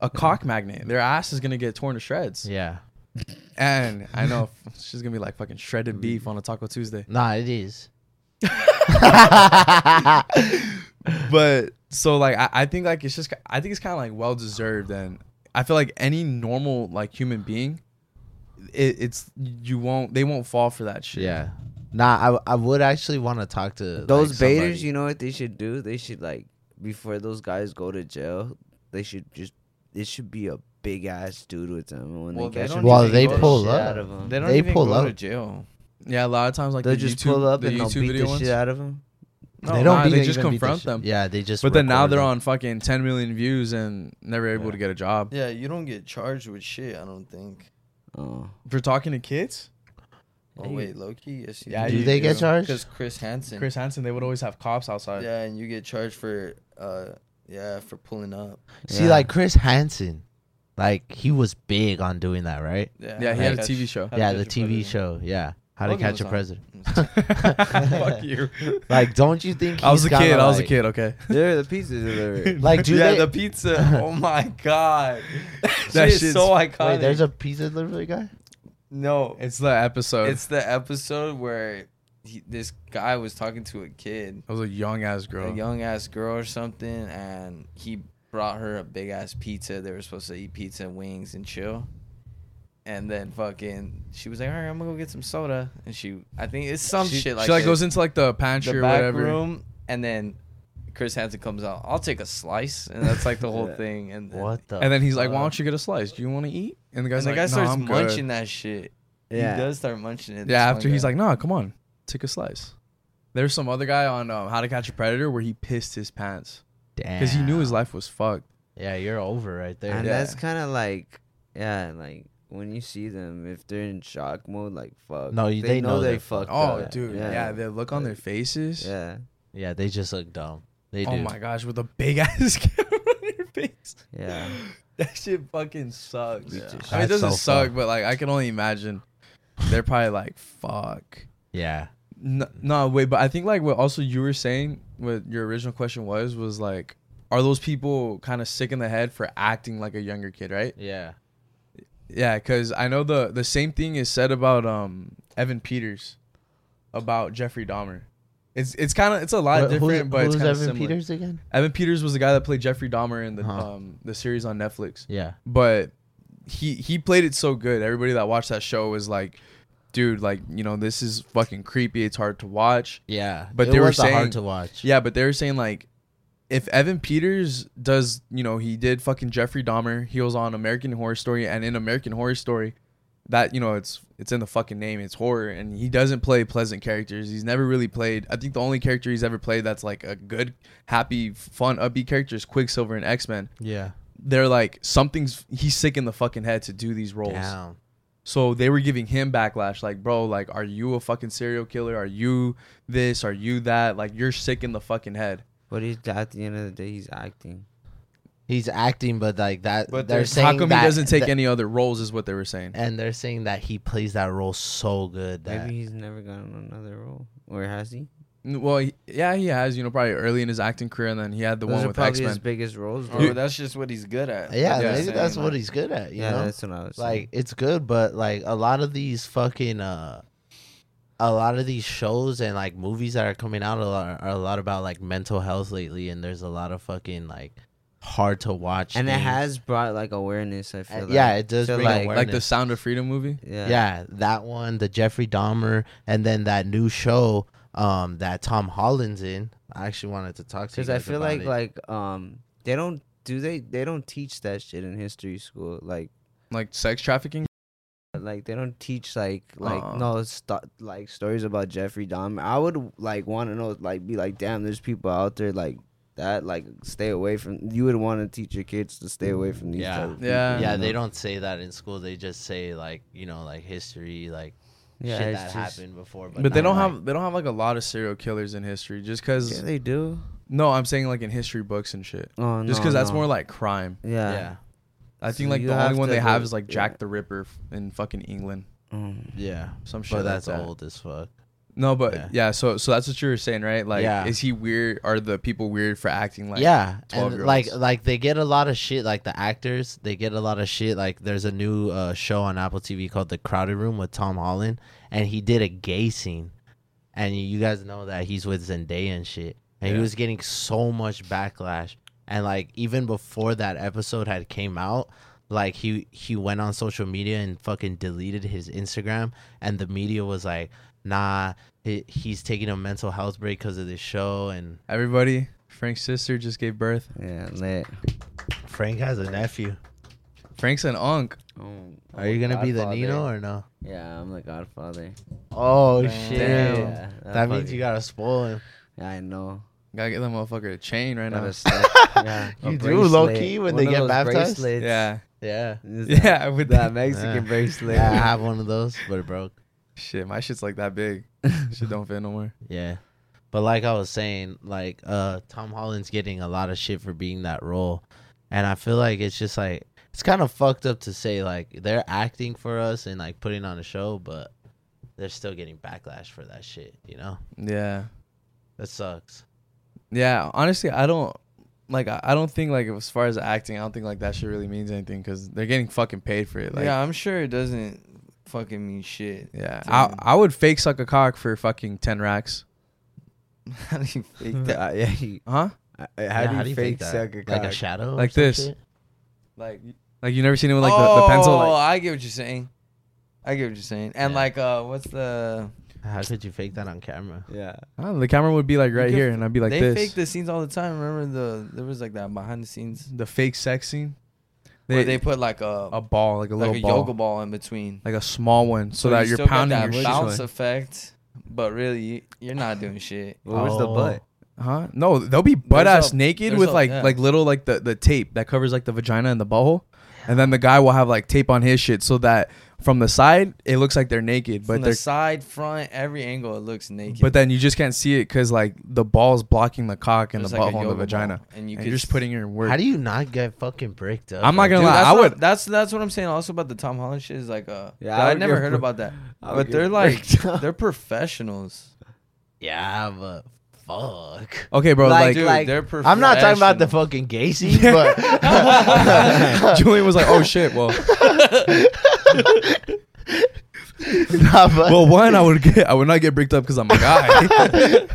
S4: a
S2: Mm-hmm.
S4: cock magnet. Their ass is gonna get torn to shreds.
S5: yeah.
S4: And I know f- she's gonna be like fucking shredded
S2: Mm-hmm.
S4: beef on a Taco Tuesday.
S5: Nah, it is.
S4: But so like I, I think like it's just I think it's kind of like well deserved and I feel like any normal like human being, it, it's you won't they won't fall for that shit.
S5: yeah. Nah, I I would actually want to talk to
S3: Those baiters,
S5: like, somebody.
S3: you know what they should do? They should like before those guys go to jail, they should just it should be a big ass dude with them. And when
S2: Well,
S3: they
S2: they
S3: catch
S2: don't
S3: them,
S2: Well,
S5: they
S3: beat the
S5: pull
S3: shit
S5: up.
S3: Out of 'em.
S2: They don't
S5: They
S2: even
S5: pull
S2: go to
S5: up.
S2: jail.
S4: yeah. A lot of times like
S3: They'll
S4: the
S3: just
S4: YouTube-
S3: pull up
S4: the
S3: and they'll
S4: YouTube
S3: beat
S4: video
S3: the
S4: ones.
S3: shit out of them.
S5: They don't
S4: nah,
S5: beat
S4: they
S5: them,
S4: just
S5: even beat the
S4: confront
S5: shit.
S4: them.
S5: Yeah, they just.
S4: But then now
S5: record
S4: they're
S5: them.
S4: on fucking 10 million views and never able to get a job
S2: Yeah, you don't get charged with shit. I don't think.
S3: Oh.
S4: for talking to kids.
S2: Oh wait, Loki. Yes, you
S4: Yeah,
S5: Do
S4: you
S5: they
S4: do.
S5: get charged?
S2: Because Chris Hansen.
S4: Chris Hansen, they would always have cops outside.
S2: Yeah, and you get charged for uh yeah for pulling up.
S5: See,
S3: Yeah.
S5: like Chris Hansen, like he was big on doing that, right?
S4: Yeah, he had a
S2: Catch-
S4: TV show.
S2: How to
S5: yeah,
S2: Catch
S5: the
S2: a
S5: TV
S2: Predator.
S5: show. Yeah, How to
S2: Logan
S5: Catch
S2: was
S5: a
S2: on.
S5: President.
S4: Fuck you.
S5: Like, don't you think?
S4: I was a
S5: he's
S4: kid.
S5: kinda
S4: I was a
S5: like-
S4: kid. Okay.
S3: They're the pieces of the
S5: Like, do
S2: yeah,
S5: they?
S2: the pizza. Oh my god,
S4: That
S2: that shit
S4: shit's-
S2: is so iconic.
S5: wait, there's a pizza delivery guy.
S2: no.
S4: It's the episode.
S2: It's the episode where he, this guy was talking to a kid,
S4: I was a young ass girl.
S2: a young ass girl or something, and he brought her a big ass pizza. They were supposed to eat pizza and wings and chill. And then fucking, she was like, "All right, I'm gonna go get some soda." And she, I think it's some
S4: she,
S2: shit like
S4: she like
S2: that.
S4: goes into like the pantry
S2: the
S4: or
S2: back
S4: whatever.
S2: room, and then Chris Hansen comes out. I'll take a slice, and that's like the whole
S3: Yeah.
S2: thing. And then,
S5: What the?
S4: And then he's like, "Why
S5: fuck?
S4: don't you get a slice? Do you want to eat?" And the
S2: And
S4: guy's
S2: the
S4: like,
S2: guy
S4: "No,
S2: starts
S4: I'm
S2: munching
S4: good."
S2: that shit.
S3: Yeah.
S2: He does start munching it.
S4: Yeah.
S2: this
S4: After
S2: one
S4: he's
S2: guy.
S4: like, "No, come on, take a slice." There's some other guy on um, How to Catch a Predator where he pissed his pants
S5: Damn.
S4: because he knew his life was fucked.
S5: Yeah, you're over right there.
S3: And
S4: Yeah.
S3: that's kind of like, yeah, like when you see them, if they're in shock mode, like fuck.
S5: No, you- they know
S3: they
S5: they
S3: fucked.
S4: Oh,
S3: up.
S4: dude. Yeah. The look on their faces.
S3: Yeah,
S5: Yeah, they just look dumb. They do.
S4: Oh my gosh, with a big ass camera on your face.
S3: yeah.
S4: That shit fucking sucks.
S3: We just-
S4: I mean, it
S5: That's
S4: doesn't
S5: so
S4: suck,
S5: fun.
S4: but like I can only imagine they're probably like, "Fuck."
S5: Yeah.
S4: No, no, wait, but I think like what also you were saying, what your original question was, was like, are those people kind of sick in the head for acting like a younger kid, right?
S5: Yeah.
S4: Yeah, because I know the the same thing is said about um Evan Peters, about Jeffrey Dahmer. It's it's kind of it's a lot
S5: Wh- who's-
S4: different, but it's
S5: who's
S4: kind of
S5: Evan
S4: similar.
S5: Peters Uh-huh. again?
S4: Evan Peters was the guy that played Jeffrey Dahmer in the
S5: Huh.
S4: um the series on Netflix,
S5: Yeah.
S4: but he he played it so good. Everybody that watched that show was like, dude, like you know this is fucking creepy. It's hard to watch.
S5: Yeah,
S4: But
S5: it
S4: they were
S5: was a
S4: saying-
S5: hard to watch.
S4: Yeah, but they were saying like, if Evan Peters does, you know, he did fucking Jeffrey Dahmer. He was on American Horror Story, and in American Horror Story, that you know, it's it's in the fucking name. It's horror, and he doesn't play pleasant characters. He's never really played. I think the only character he's ever played that's like a good, happy, fun, upbeat character is Quicksilver in X Men.
S5: yeah.
S4: They're like something's he's sick in the fucking head to do these roles.
S5: Damn.
S4: So they were giving him backlash, like, bro, like, are you a fucking serial killer? Are you this? Are you that? Like, you're sick in the fucking head.
S3: But he's at the end of the day, he's acting.
S5: He's acting, but like that.
S4: But
S5: they're saying
S4: how come
S5: that,
S4: he doesn't take
S5: that-
S4: any other roles? Is what they were
S3: Eh.
S4: saying.
S5: And they're saying that he plays that role so good that
S3: Maybe he's never gotten another role, or has he?
S4: N- Well, he- yeah, he has. You know, probably early in his acting career, and then he had the
S3: Those
S4: one
S3: are
S4: with
S3: probably
S4: X
S3: his
S4: Men.
S3: biggest roles.
S2: Or
S3: though.
S2: that's just what he's good at.
S5: yeah,
S4: Yeah.
S5: maybe that's
S2: Same,
S5: what
S2: like-
S5: he's good at. You
S3: yeah,
S5: know,
S3: that's what I was.
S5: like it's good, but like a lot of these fucking uh, a lot of these shows and like movies that are coming out a lot are a lot about like mental health lately, and there's a lot of fucking like hard to watch.
S3: saying. and it
S5: things.
S3: has brought like awareness. I feel
S5: Uh,
S3: like.
S5: yeah, it does
S3: to,
S5: bring
S3: like-
S5: awareness.
S4: Like the Sound of Freedom movie.
S3: yeah,
S5: Yeah. that one, the Jeffrey Dahmer, and then that new show um that Tom Holland's in. I actually wanted to talk to you
S3: Because I
S5: guys
S3: feel
S5: about
S3: like
S5: it.
S3: like um they don't do they they don't teach that shit in history school like
S4: Like sex trafficking.
S3: like they don't teach like like
S4: Uh-uh.
S3: no sto- like stories about Jeffrey Dahmer. I would like want to know like be like damn, there's people out there like that like stay away from. You would want to teach your kids to stay away from these.
S5: Yeah.
S3: type of
S4: Yeah.
S3: people,
S5: yeah,
S3: you
S5: they
S3: know?
S5: don't say that in school. They just say like you know like history, like
S3: Yeah,
S5: shit
S3: it's
S5: that
S3: just-
S5: happened before. But,
S4: But they
S5: not,
S4: don't
S5: like-
S4: have they don't have like a lot of serial killers in history, just because.
S3: Yeah, they do.
S4: No, I'm saying like in history books and shit.
S3: Oh no,
S4: Just because that's
S3: no.
S4: more like crime.
S3: yeah.
S5: Yeah,
S4: I think
S3: So
S4: like
S3: you
S4: the only
S3: have
S4: one
S3: to
S4: they have
S3: go-
S4: is like
S3: yeah.
S4: Jack the Ripper f- in fucking England.
S3: Mm.
S5: yeah.
S4: Some shit.
S5: But
S4: like
S5: that's
S4: that.
S5: old as fuck.
S4: No, but yeah.
S5: Yeah.
S4: so so that's what you were saying, right? Like,
S5: Yeah.
S4: is he weird? Are the people weird for acting like?
S5: yeah,
S4: 12
S5: and like
S4: -year-olds.
S5: like they get a lot of shit. Like the actors, they get a lot of shit. Like there's a new uh, show on Apple TV called The Crowded Room with Tom Holland, and he did a gay scene, and you guys know that he's with Zendaya and shit, and
S4: Yeah.
S5: he was getting so much backlash, and like even before that episode had came out. Like he he went on social media and fucking deleted his Instagram, and the media was like, "Nah, he, he's taking a mental health break because of this show." And
S4: Everybody, Frank's sister just gave birth.
S3: Yeah, lit.
S5: Frank has a nephew.
S4: Frank's an unk.
S3: Um,
S5: Are you gonna be the
S3: Godfather.
S5: Nino or no?
S3: Yeah, I'm the Godfather.
S5: Oh
S4: Damn.
S3: Yeah,
S5: That means you gotta spoil him.
S3: Yeah, I know.
S4: Gotta get that motherfucker a chain right now.
S3: Gotta step- yeah, a
S5: You do, low
S3: bracelet.
S5: key, when
S3: One
S5: they
S3: of
S5: get
S3: those
S5: baptized?
S3: bracelets.
S4: Yeah,
S5: Yeah.
S3: Is
S4: yeah.
S3: that-
S4: with
S3: that
S4: that
S3: Mexican
S5: Yeah.
S3: bracelet.
S5: Yeah, I have one of those, but it broke.
S4: shit, my shit's like that big. shit don't fit no more.
S5: Yeah. But like I was saying, like uh Tom Holland's getting a lot of shit for being that role. And I feel like it's just like it's kind of fucked up to say like they're acting for us and like putting on a show, but they're still getting backlash for that shit, you know?
S4: Yeah,
S5: That sucks.
S4: yeah. Honestly, I don't like. I, I don't think like as far as acting, I don't think like that shit really means anything because they're getting fucking paid for it. Like,
S2: yeah, I'm sure it doesn't fucking mean shit.
S4: yeah. I I would fake suck a cock for fucking ten racks.
S2: How do you fake
S4: Hmm.
S2: that?
S3: uh, yeah, you-
S4: Huh?
S3: I- I- how,
S5: Yeah,
S3: do you fake
S5: that?
S3: suck a
S5: Like a
S3: cock?
S5: shadow? or
S4: Like
S5: some
S4: this.
S5: shit?
S2: Like,
S4: Like you never seen it with like the, the pencil.
S2: Oh,
S4: Like,
S2: I get what you're saying. I get what you're saying. And
S5: Yeah.
S2: like, uh, what's the?
S5: How could you fake that on camera?
S3: yeah,
S4: Oh, the camera would be like right
S2: could-
S4: here, and I'd be like
S2: they
S4: this.
S2: fake the scenes all the time. Remember the there was like that behind the scenes
S4: the fake sex scene.
S2: where they put like a,
S4: a ball, like a
S2: like
S4: little
S2: a
S4: ball,
S2: yoga ball in between,
S4: like a small one, so, that
S2: you
S4: you
S2: still
S4: are
S2: get
S4: pounding
S2: that
S4: your
S2: bounce
S4: shit.
S2: effect. But really, you, you're not doing shit.
S3: well, where's the
S5: Oh.
S3: butt?
S4: Huh? No, they'll be butt ass
S2: a-
S4: naked
S2: there's
S4: with
S2: a-
S4: like
S2: yeah.
S4: like little like the the tape that covers like the vagina and the butthole, and then the guy will have like tape on his shit so that from the side it looks like they're naked,
S2: From
S4: but
S2: the
S4: they're
S2: side, front, every angle, it looks naked.
S4: but then you just can't see it because like the ball's blocking the cock and
S2: There's,
S4: the
S2: like, a
S4: butthole and the
S2: yoga
S4: vagina,
S2: ball, and you
S4: and
S2: could
S4: you're just
S2: s-
S4: putting your work.
S5: How do you not get fucking bricked up?
S4: I'm not
S5: bro?
S4: gonna lie,
S2: that's
S4: I
S2: what-
S4: would-
S2: that's that's what I'm saying. Also about the Tom Holland shit is like uh,
S3: Yeah,
S2: yeah,
S3: I
S2: I,
S3: would
S2: never
S3: get
S2: heard
S3: br-
S2: about that.
S3: I would
S2: But
S3: get
S2: they're like
S3: bricked up.
S2: they're professionals.
S5: Yeah, but fuck.
S4: Okay, bro.
S3: Like,
S4: Like,
S2: Dude,
S3: Like,
S2: they're
S5: I'm not talking about the
S2: professional.
S5: fucking gay scene, but
S4: Julian was like, "Oh shit, well."
S5: Nah, but,
S4: well, one, I would get, I would not get bricked up because I'm a guy.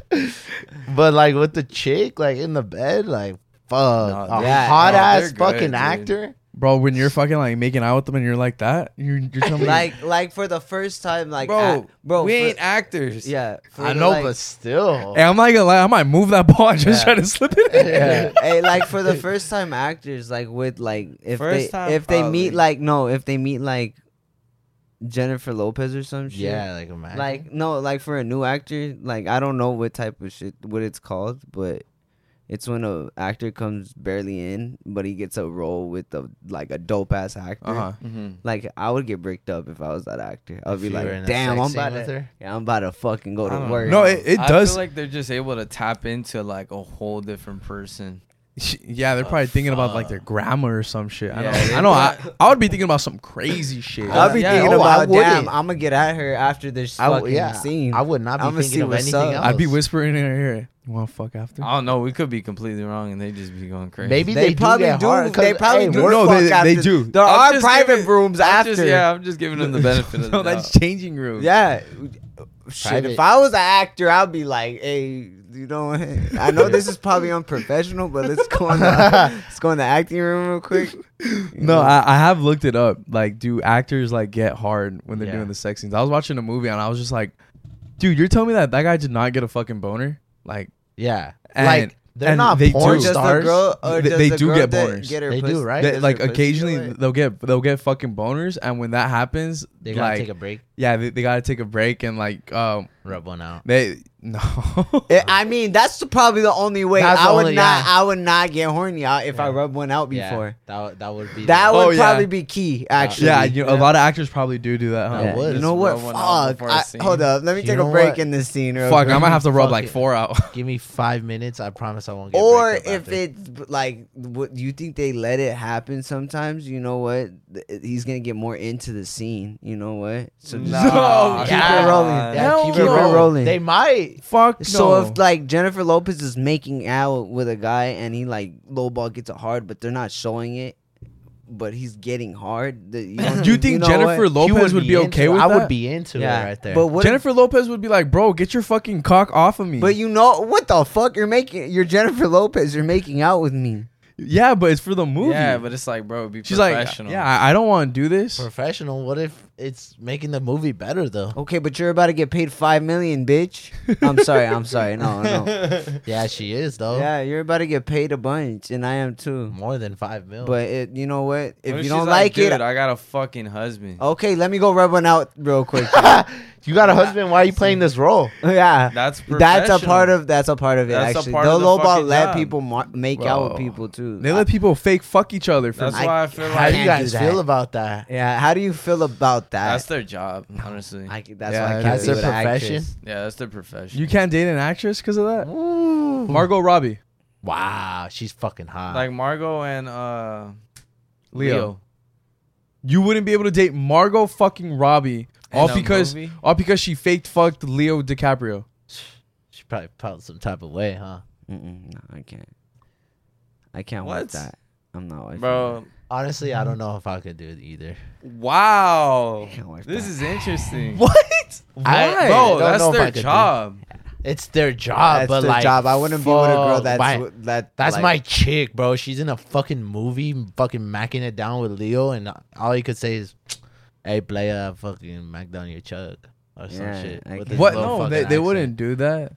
S5: but like with the chick, like in the bed, like fuck,
S2: No,
S5: a
S2: yeah,
S5: hot
S2: no,
S5: ass
S2: they're good,
S5: fucking
S2: dude.
S5: actor.
S4: bro. When you're fucking like making out with them and you're like that, you're you're telling me
S3: like like for the first time, like
S2: bro,
S3: at- bro,
S2: we
S3: for-
S2: ain't actors.
S3: yeah. for
S5: I
S3: the,
S5: know,
S3: like-
S5: but still.
S4: Hey, I'm not gonna lie. I might move that ball and just
S5: Yeah.
S4: try to slip it in.
S5: Yeah.
S3: hey, like for the first time actors, like with like if
S2: First
S3: they
S2: time,
S3: if they meet
S2: probably.
S3: like no, if they meet like Jennifer Lopez or some shit.
S5: Yeah, like imagine.
S3: Like no, like for a new actor, like I don't know what type of shit what it's called, but it's when a actor comes barely in, but he gets a role with a like a dope ass actor.
S4: Uh-huh.
S2: Mm-hmm.
S3: Like I would get bricked up if I was that actor. I'd
S5: If
S3: be
S5: you were in
S3: like,
S5: a
S3: damn,
S5: sex
S3: I'm
S5: scene
S3: about
S5: with
S3: to,
S5: her?
S3: yeah, I'm about to fucking go to work.
S4: No, it, it
S2: Uh-huh. I
S4: does.
S2: feel like they're just able to tap into like a whole different person.
S4: yeah, they're probably thinking about like their grammar or some shit. I
S2: Yeah,
S4: know.
S2: they
S4: I know. I, I would be thinking about some crazy shit.
S3: I'll be
S2: Yeah,
S3: thinking
S5: oh, I
S3: about damn.
S5: wouldn't.
S3: I'm gonna get at her after this
S5: I,
S3: fucking
S5: w- yeah,
S3: scene.
S5: I would not be
S3: I'ma see
S5: thinking of
S3: what's up.
S5: anything else.
S4: I'd be whispering in her ear. You want to fuck after?
S2: I don't know. We could be completely wrong, and they just be going crazy.
S5: Maybe
S3: they,
S5: they,
S3: probably
S5: do. Get
S3: do.
S5: hard, 'cause,
S3: they probably
S5: hey,
S3: do.
S5: we're-
S4: no,
S3: fuck
S4: they- they
S3: after.
S4: do.
S3: There
S2: I'm
S3: are
S2: just
S3: private
S2: giving-
S3: rooms
S2: I'm
S3: after.
S2: just- yeah, I'm just giving them the benefit of the
S4: no,
S2: doubt.
S4: that's changing room.
S3: Yeah. Shit,
S5: Private-
S3: if I was an actor, I'd be like, "Hey, you know, I know this is probably unprofessional, but let's go in the, let's go in the acting room real quick."
S4: No, I, I have looked it up. Like, do actors like get hard when they're
S5: Yeah.
S4: doing the sex scenes? I was watching a movie and I was just like, dude, you're telling me that that guy did not get a fucking boner? Like,
S5: yeah,
S4: And-
S5: like they're
S4: and
S5: not
S4: they do.
S5: porn
S3: Just the
S5: stars.
S3: girl, or
S4: They-
S3: just
S4: they
S3: the
S4: do
S3: girl
S4: get
S3: that
S4: boners.
S3: Get her
S5: They do,
S3: pussy-
S5: right?
S4: they-
S3: does her
S4: like
S3: pussy get
S4: occasionally
S3: wet?
S4: they'll get they'll get fucking boners, and when that happens,
S5: They gotta
S4: like
S5: take a break,
S4: yeah, they, they gotta take a break and like um
S5: rub one out.
S4: they no
S3: It- Eh, I mean, that's the- probably the only way
S5: That's the
S3: I would
S5: only-
S3: not.
S5: yeah.
S3: I would not get horny out if I
S5: Yeah.
S3: rubbed one out
S5: Yeah,
S3: before.
S5: that would- that would be
S3: That
S5: the-
S4: Oh,
S3: would
S4: yeah.
S3: probably be key, actually.
S4: yeah, you know, a lot of actors probably do do that.
S5: Yeah.
S4: Huh?
S5: would.
S3: You know
S2: Just
S3: what?
S2: rub one out
S3: Fuck.
S2: before a
S3: I-
S2: scene.
S3: hold up. Let me
S5: You
S3: take a
S5: know
S3: break
S5: what?
S3: in this scene. Real
S4: Fuck,
S3: quick.
S4: I might have to rub
S5: Fuck
S4: like
S5: it.
S4: four out.
S5: Give me five minutes. I promise I won't get.
S3: or
S5: breaked up
S3: if
S5: after.
S3: it's b- like what you think they let it happen sometimes you know what Th- he's gonna get more into the scene you know what so just
S2: Nah.
S3: keep
S5: Yeah.
S3: it rolling
S5: yeah,
S4: Hell
S5: keep
S3: no.
S5: it rolling. They
S3: They
S5: might.
S4: Fuck
S3: so
S4: no.
S3: if like jennifer lopez is making out with a guy and he like lowball gets it hard but they're not showing it but he's getting hard the, you, don't-
S4: Do you think
S3: know
S4: Jennifer
S3: what?
S4: Lopez would, be okay with
S5: I
S4: that?
S5: would be into it right there.
S3: but what
S4: Jennifer Lopez would be like, bro, get your fucking cock off of me.
S3: but you know what the fuck you're making you're jennifer lopez you're making out with me
S4: yeah, but it's for the movie.
S2: Yeah, but it's like, bro, be
S4: She's like,
S2: professional.
S4: yeah, I I don't want to do this.
S5: professional. What if it's making the movie better though?
S3: Okay, but you're about to get paid five million, bitch. I'm sorry, I'm sorry. No, no.
S5: Yeah, she is though.
S3: Yeah, you're about to get paid a bunch, and I am too.
S5: More than five mil.
S3: But it, you know what? If
S2: What
S3: you
S2: she's
S3: don't like,
S2: dude,
S3: it, Oh,
S2: I got a fucking husband.
S3: okay, let me go rub one out real quick.
S5: you got a husband. Why are you playing this role?
S3: yeah,
S2: That's
S3: that's a part
S2: professional.
S3: of that's a part of it.
S2: That's a
S3: actually,
S2: part
S3: no
S2: of the
S3: lowball
S2: fucking
S3: let
S2: job.
S3: people mar- make out
S4: Bro.
S3: with people too.
S4: They let people fake fuck each other for
S2: That's
S3: I-
S2: why I feel
S5: How
S2: like
S5: do
S3: can't
S5: you
S3: do
S5: guys
S3: that.
S5: feel about that?
S3: yeah, how do you feel about that?
S2: that's their job, honestly.
S3: I, c- that's
S4: Yeah,
S3: why I can't
S5: That's
S4: That's
S3: be
S5: their
S3: with an actress.
S5: profession.
S2: yeah, that's their profession.
S4: you can't date an actress because of that. Margot Robbie,
S5: Wow, she's fucking hot.
S2: like Margot and uh,
S4: Leo. you wouldn't be able to date Margot fucking Robbie
S2: In
S4: all
S2: a
S4: because
S2: movie?
S4: all because she faked fucked Leo DiCaprio.
S5: she probably felt some type of way, huh?
S3: Mm-mm, no, I can't. I can't
S2: What?
S3: watch that. I'm not wifing
S2: bro.
S5: Honestly, I don't know if I could do it either.
S2: Wow,
S3: I can't work
S2: this
S3: that.
S2: is interesting.
S4: What?
S5: I-
S4: Why?
S5: Bro,
S2: Bro,
S5: don't know
S2: that's
S5: if I
S2: their
S5: could do it.
S2: job.
S5: It's their job,
S3: That's
S5: Ah, but
S3: their
S5: like,
S3: job. I wouldn't be with a girl
S5: fuck,
S3: that's
S5: my-
S3: w- that.
S5: That's
S3: like-
S5: my chick, bro. She's in a fucking movie, fucking macking it down with Leo, and all you could say is, "Hey, player, I fucking mac down your chug." Or some
S3: Yeah,
S5: shit.
S3: I
S5: with
S3: get
S5: this
S3: it.
S4: What?
S5: low
S4: No,
S5: fucking
S4: they, they
S5: accent.
S4: wouldn't do that.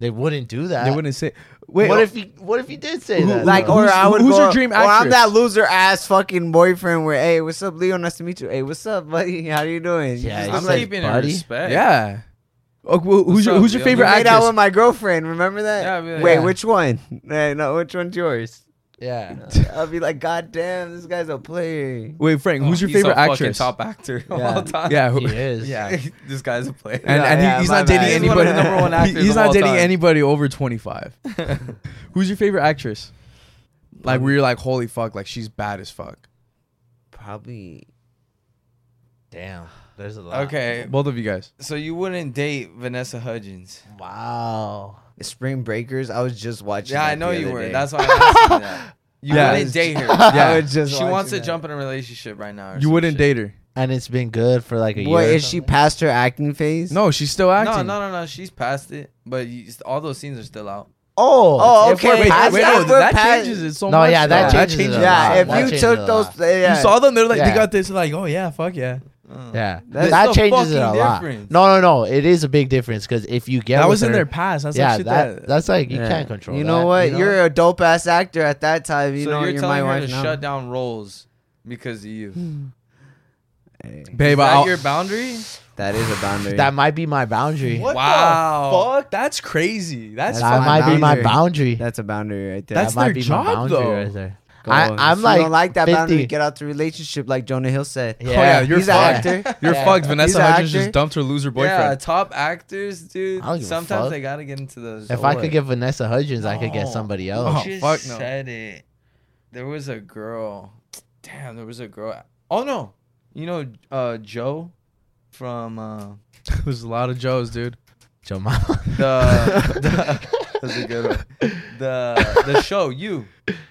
S5: They wouldn't do that.
S4: They wouldn't say. Wait,
S5: what
S4: oh,
S5: if he? What if he did say
S4: Who-
S5: that?
S3: Like,
S4: who-
S5: though?
S3: or
S4: who's-
S3: I would
S4: who's
S3: go,
S4: your dream
S3: Or I'm
S4: actress?
S3: that loser ass fucking boyfriend where, hey, what's up, Leo? Nice to meet you. Hey, what's up, buddy? How you doing?
S5: Yeah,
S3: I'm
S5: he's
S2: I'm
S5: like,
S3: like,
S2: keeping
S5: buddy.
S2: it respect.
S4: yeah. Oh, wh-
S2: What's
S4: who's your
S2: up,
S4: Who's your
S2: Leo?
S4: favorite
S2: You
S3: made out
S4: actress?
S3: with my girlfriend. Remember that?
S2: Yeah, I'd be like,
S3: Wait,
S2: yeah.
S3: which one? Hey, no, which one's yours?
S5: Yeah.
S3: I'll be like, God damn, this guy's a player.
S4: Wait, Frank, who's
S2: Oh,
S4: your
S2: he's a
S4: favorite
S2: fucking
S4: actress?
S2: Top actor of
S3: Yeah.
S2: all time.
S4: Yeah, oh, who-
S5: He is.
S2: yeah. this guy's a player.
S4: And,
S3: Yeah,
S4: and he-
S3: yeah,
S4: he's
S3: my
S4: not
S3: bad.
S4: dating
S3: He's one of
S4: anybody.
S3: the number one
S4: He-
S2: actors
S4: he's
S2: of
S4: not
S2: all
S4: dating
S2: time.
S4: anybody over twenty five. Who's your favorite actress? Like where you're like, holy fuck, like she's bad as fuck.
S3: Probably.
S5: Damn. There's a lot.
S2: okay,
S4: Both of you guys.
S2: so you wouldn't date Vanessa Hudgens?
S5: Wow.
S3: Spring Breakers. I was just watching.
S2: Yeah,
S3: that
S2: I know
S3: the
S2: you
S3: other
S2: were.
S3: day.
S2: That's why I asked you that. You
S4: Yeah.
S2: wouldn't date her.
S3: I was just.
S2: she wants to
S3: watching that.
S2: jump in a relationship right now. or
S4: You
S2: some
S4: wouldn't
S2: shit.
S4: date her.
S5: And it's been good for like a
S3: Boy,
S5: year.
S3: is she past her acting phase?
S4: No, she's still acting.
S2: No, no, no, no. She's past it, but you, all those scenes are still out.
S5: Oh,
S3: Oh,
S7: If we're
S3: okay.
S7: pa-
S3: That's-
S7: wait,
S3: that's
S7: no,
S3: where
S7: that
S3: pa-
S7: changes it so
S5: No,
S7: much.
S5: yeah,
S7: though.
S5: that changes it a lot.
S3: Yeah, if
S5: That
S3: you
S5: changes a
S3: took those,
S5: lot.
S3: yeah.
S7: You saw them, they're like, they
S5: Yeah.
S7: got this, like, oh yeah, fuck yeah.
S5: yeah,
S2: That's
S5: that
S2: the
S5: changes it a
S2: fucking
S5: lot.
S2: difference.
S5: No, no, no, it is a big difference because if you get
S7: that
S5: with
S7: was in
S5: her-
S7: their past. That's
S5: yeah,
S7: like shit
S5: that,
S7: that,
S5: that's like you
S3: Yeah.
S5: can't control.
S3: You know
S5: that,
S3: what?
S5: know?
S3: You are a dope ass actor at that time. You
S2: so
S3: know
S2: you're,
S3: you're
S2: telling
S3: my
S2: her
S3: wife
S2: to
S3: now.
S2: shut down roles because of you. Is
S3: Hey,
S7: babe.
S2: that
S7: I'll-
S2: your boundary?
S3: that is a boundary.
S5: that might be my boundary.
S2: What
S7: wow,
S2: the fuck?
S7: that's crazy. That's
S3: That's
S5: That
S3: my
S5: might be my
S3: boundary.
S5: boundary.
S3: That's a boundary right there.
S7: That's
S5: that might
S7: their
S5: be
S7: job,
S5: my boundary
S7: though.
S5: right there.
S3: Go.
S5: I,
S3: If
S5: I'm
S3: you
S5: like
S3: don't like that
S5: 50.
S3: boundary. Get out the relationship, like Jonah Hill said.
S5: Yeah.
S7: Oh yeah, you're
S3: He's
S7: fucked.
S3: an actor.
S7: You're
S5: Yeah.
S7: fucked.
S3: He's
S7: Vanessa
S3: an
S7: Hudgens just
S3: actor.
S7: dumped her loser
S2: Yeah,
S7: boyfriend.
S2: top actors, dude.
S5: I don't give a
S2: Sometimes
S5: fuck.
S2: they gotta get into those.
S5: if I
S3: what?
S5: could get Vanessa Hudgens, I could get
S2: No.
S5: somebody
S2: You
S5: else.
S7: Oh,
S2: just
S7: fuck no.
S2: said it. There was a girl. Damn, there was a girl. Oh no, you know uh, Joe from uh,
S7: There's a lot of Joes, dude.
S5: Jamal.
S2: the, the that's a good one. The the show you.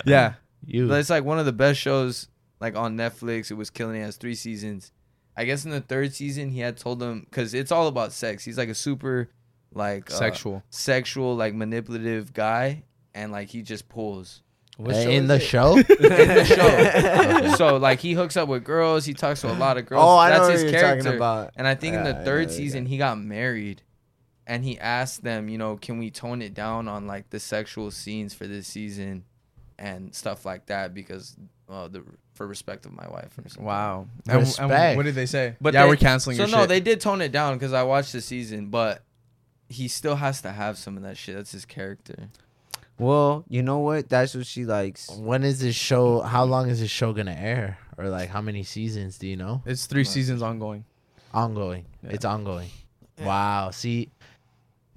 S7: Yeah,
S5: you.
S2: It's like one of the best shows like on Netflix. It was killing. It It has three seasons. I guess in the third season he had told them because it's all about sex. He's like a super like uh,
S7: sexual.
S2: sexual like manipulative guy, and like he just pulls.
S5: Uh, in the show?
S2: in the show. so like he hooks up with girls, he talks to a lot of girls.
S3: Oh, I
S2: That's
S3: know what
S2: his
S3: you're
S2: character.
S3: talking about.
S2: And I think in
S3: Yeah,
S2: the
S3: I
S2: third
S3: know, yeah.
S2: season he got married and he asked them, you know, can we tone it down on like the sexual scenes for this season and stuff like that because uh, the for respect of my wife or something.
S7: Wow. And, and
S5: Respect.
S7: what did they say?
S2: But
S7: yeah,
S2: they-
S7: we're canceling.
S2: So
S7: your
S2: no,
S7: shit.
S2: they did tone it down because I watched the season, but he still has to have some of that shit. That's his character.
S3: Well, you know what? That's what she likes.
S5: When is this show? How long is this show gonna air? Or like, how many seasons do you know?
S7: It's three seasons ongoing.
S5: Ongoing. It's ongoing. Wow. See,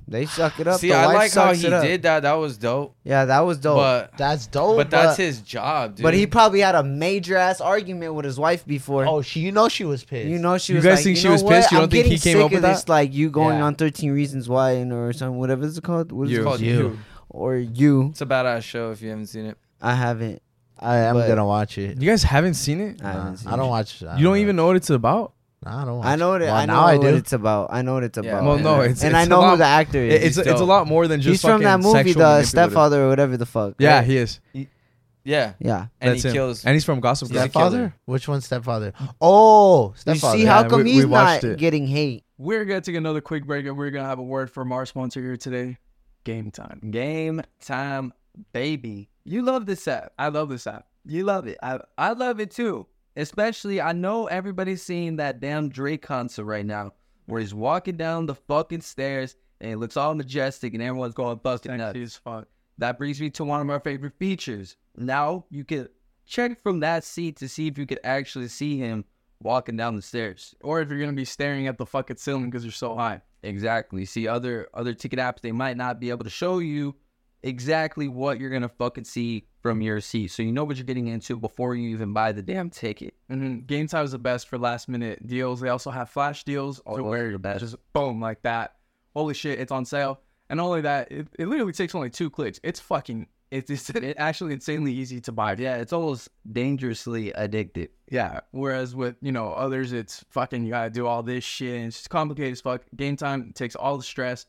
S3: They suck it up.
S2: See,
S3: the
S2: I
S3: wife
S2: like how
S3: sucks
S2: he
S3: it up.
S2: did that. That was dope.
S3: Yeah, that was dope. But,
S2: but
S5: that's dope.
S2: but that's his job, dude.
S3: he probably had a major ass argument with his wife before.
S5: Oh, she. You know she was pissed.
S3: You know, she
S7: You
S3: was.
S7: guys
S3: like,
S7: think
S3: you
S7: she
S3: know
S7: was
S3: what?
S7: pissed? You
S3: I'm
S7: don't think he
S3: getting
S7: came
S3: sick
S7: up with
S3: of this,
S7: that?
S3: Like you going
S5: Yeah.
S3: on 13 Reasons Why and or something. Whatever it's called. What is
S7: You.
S3: it called?
S5: You.
S3: Or you?
S2: It's a badass show if you haven't seen it.
S3: I haven't.
S5: I am
S3: But-
S5: gonna watch it.
S7: You guys haven't seen it?
S3: I haven't
S5: Nah,
S3: seen
S5: I don't watch. I
S7: You don't even know what it's about.
S5: Nah, I don't. Watch
S3: I know what
S5: it.
S3: it,
S5: Well,
S3: I know
S5: now I
S3: what
S5: do.
S3: it's about. I know what it's
S2: Yeah.
S3: about.
S7: Well, no, it's-
S3: and
S7: it's
S3: I know
S7: a
S3: who
S7: lot-
S3: the actor is.
S7: It- It's it's a
S2: dope.
S7: lot more than just.
S3: He's from that
S7: fucking
S3: movie,
S7: sexual
S3: the
S7: manipulative.
S3: stepfather or whatever the fuck.
S7: Yeah,
S3: right?
S7: he is.
S2: Yeah,
S3: yeah.
S2: and
S7: That's
S2: he
S7: him.
S2: kills.
S7: And he's from Gossip Girl.
S2: He's a killer.
S5: Stepfather? Which one's stepfather? Oh,
S3: You
S5: stepfather.
S3: see how
S7: Yeah,
S3: come
S7: we-
S3: he's
S7: we watched
S3: not
S7: it.
S3: getting hate?
S8: We're gonna take another quick break and we're gonna have a word from our sponsor here today. Game time. Game time, baby. You love this app. I love this app. You love it. I I love it too. Especially I know everybody's seeing that damn Drake concert right now where he's walking down the fucking stairs and it looks all majestic and everyone's going fucking nuts. That brings me to one of my favorite features. Now you can check from that seat to see if you could actually see him walking down the stairs.
S4: or if you're gonna be staring at the fucking ceiling because you're so high.
S8: Exactly. See other other ticket apps, they might not be able to show you exactly what you're gonna fucking see from your seat. So you know what you're getting into before you even buy the damn ticket.
S4: And then Mm-hmm. Game Time is the best for last minute deals. They also have flash deals
S8: Oh,
S4: to
S8: those
S4: where
S8: are the
S4: you
S8: best.
S4: just boom like that. Holy shit, it's on sale. And not only that, it, it literally takes only two clicks. It's fucking it's, it's it actually insanely easy to buy.
S8: Yeah, it's almost dangerously addictive.
S4: Yeah. Whereas with, you know, others it's fucking you gotta do all this shit and it's just complicated as fuck. Game time takes all the stress,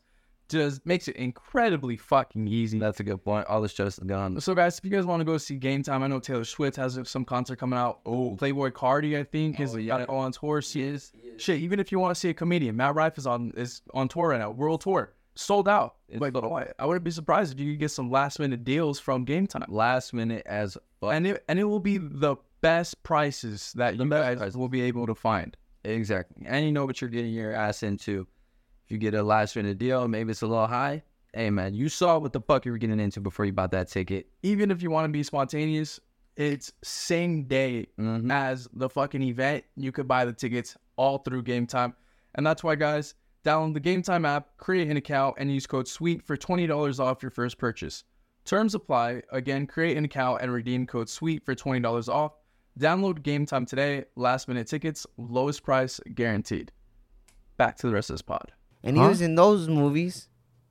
S4: just makes it incredibly fucking easy.
S8: That's a good point. All the stress is gone.
S4: So guys, if you guys want to go see Game Time, I know Taylor Swift has some concert coming out. Oh, Playboy Cardi, I think,
S8: Oh,
S4: is got on tour. She is shit. Even if you want to see a comedian, Matt Rife is on is on tour right now, world tour, sold out. like, why- I wouldn't be surprised if you could get some last minute deals from Game Time,
S8: Last minute as fuck.
S4: and it and it will be the best prices that you
S8: best
S4: guys
S8: prices.
S4: will be able to find.
S8: Exactly. And you know what you're getting your ass into. If you get a last minute deal, maybe it's a little high. Hey man, you saw what the fuck you were getting into before you bought that ticket.
S4: Even if you want to be spontaneous, it's same day
S8: Mm-hmm.
S4: as the fucking event. You could buy the tickets all through Game Time. And that's why, guys, download the Game Time app, create an account, and use code SWEET for $20 off your first purchase. Terms apply. Again, create an account and redeem code SWEET for $20 off. Download Game Time today. Last minute tickets, lowest price guaranteed. Back to the rest of this pod.
S3: And he
S7: Huh?
S3: was in those movies.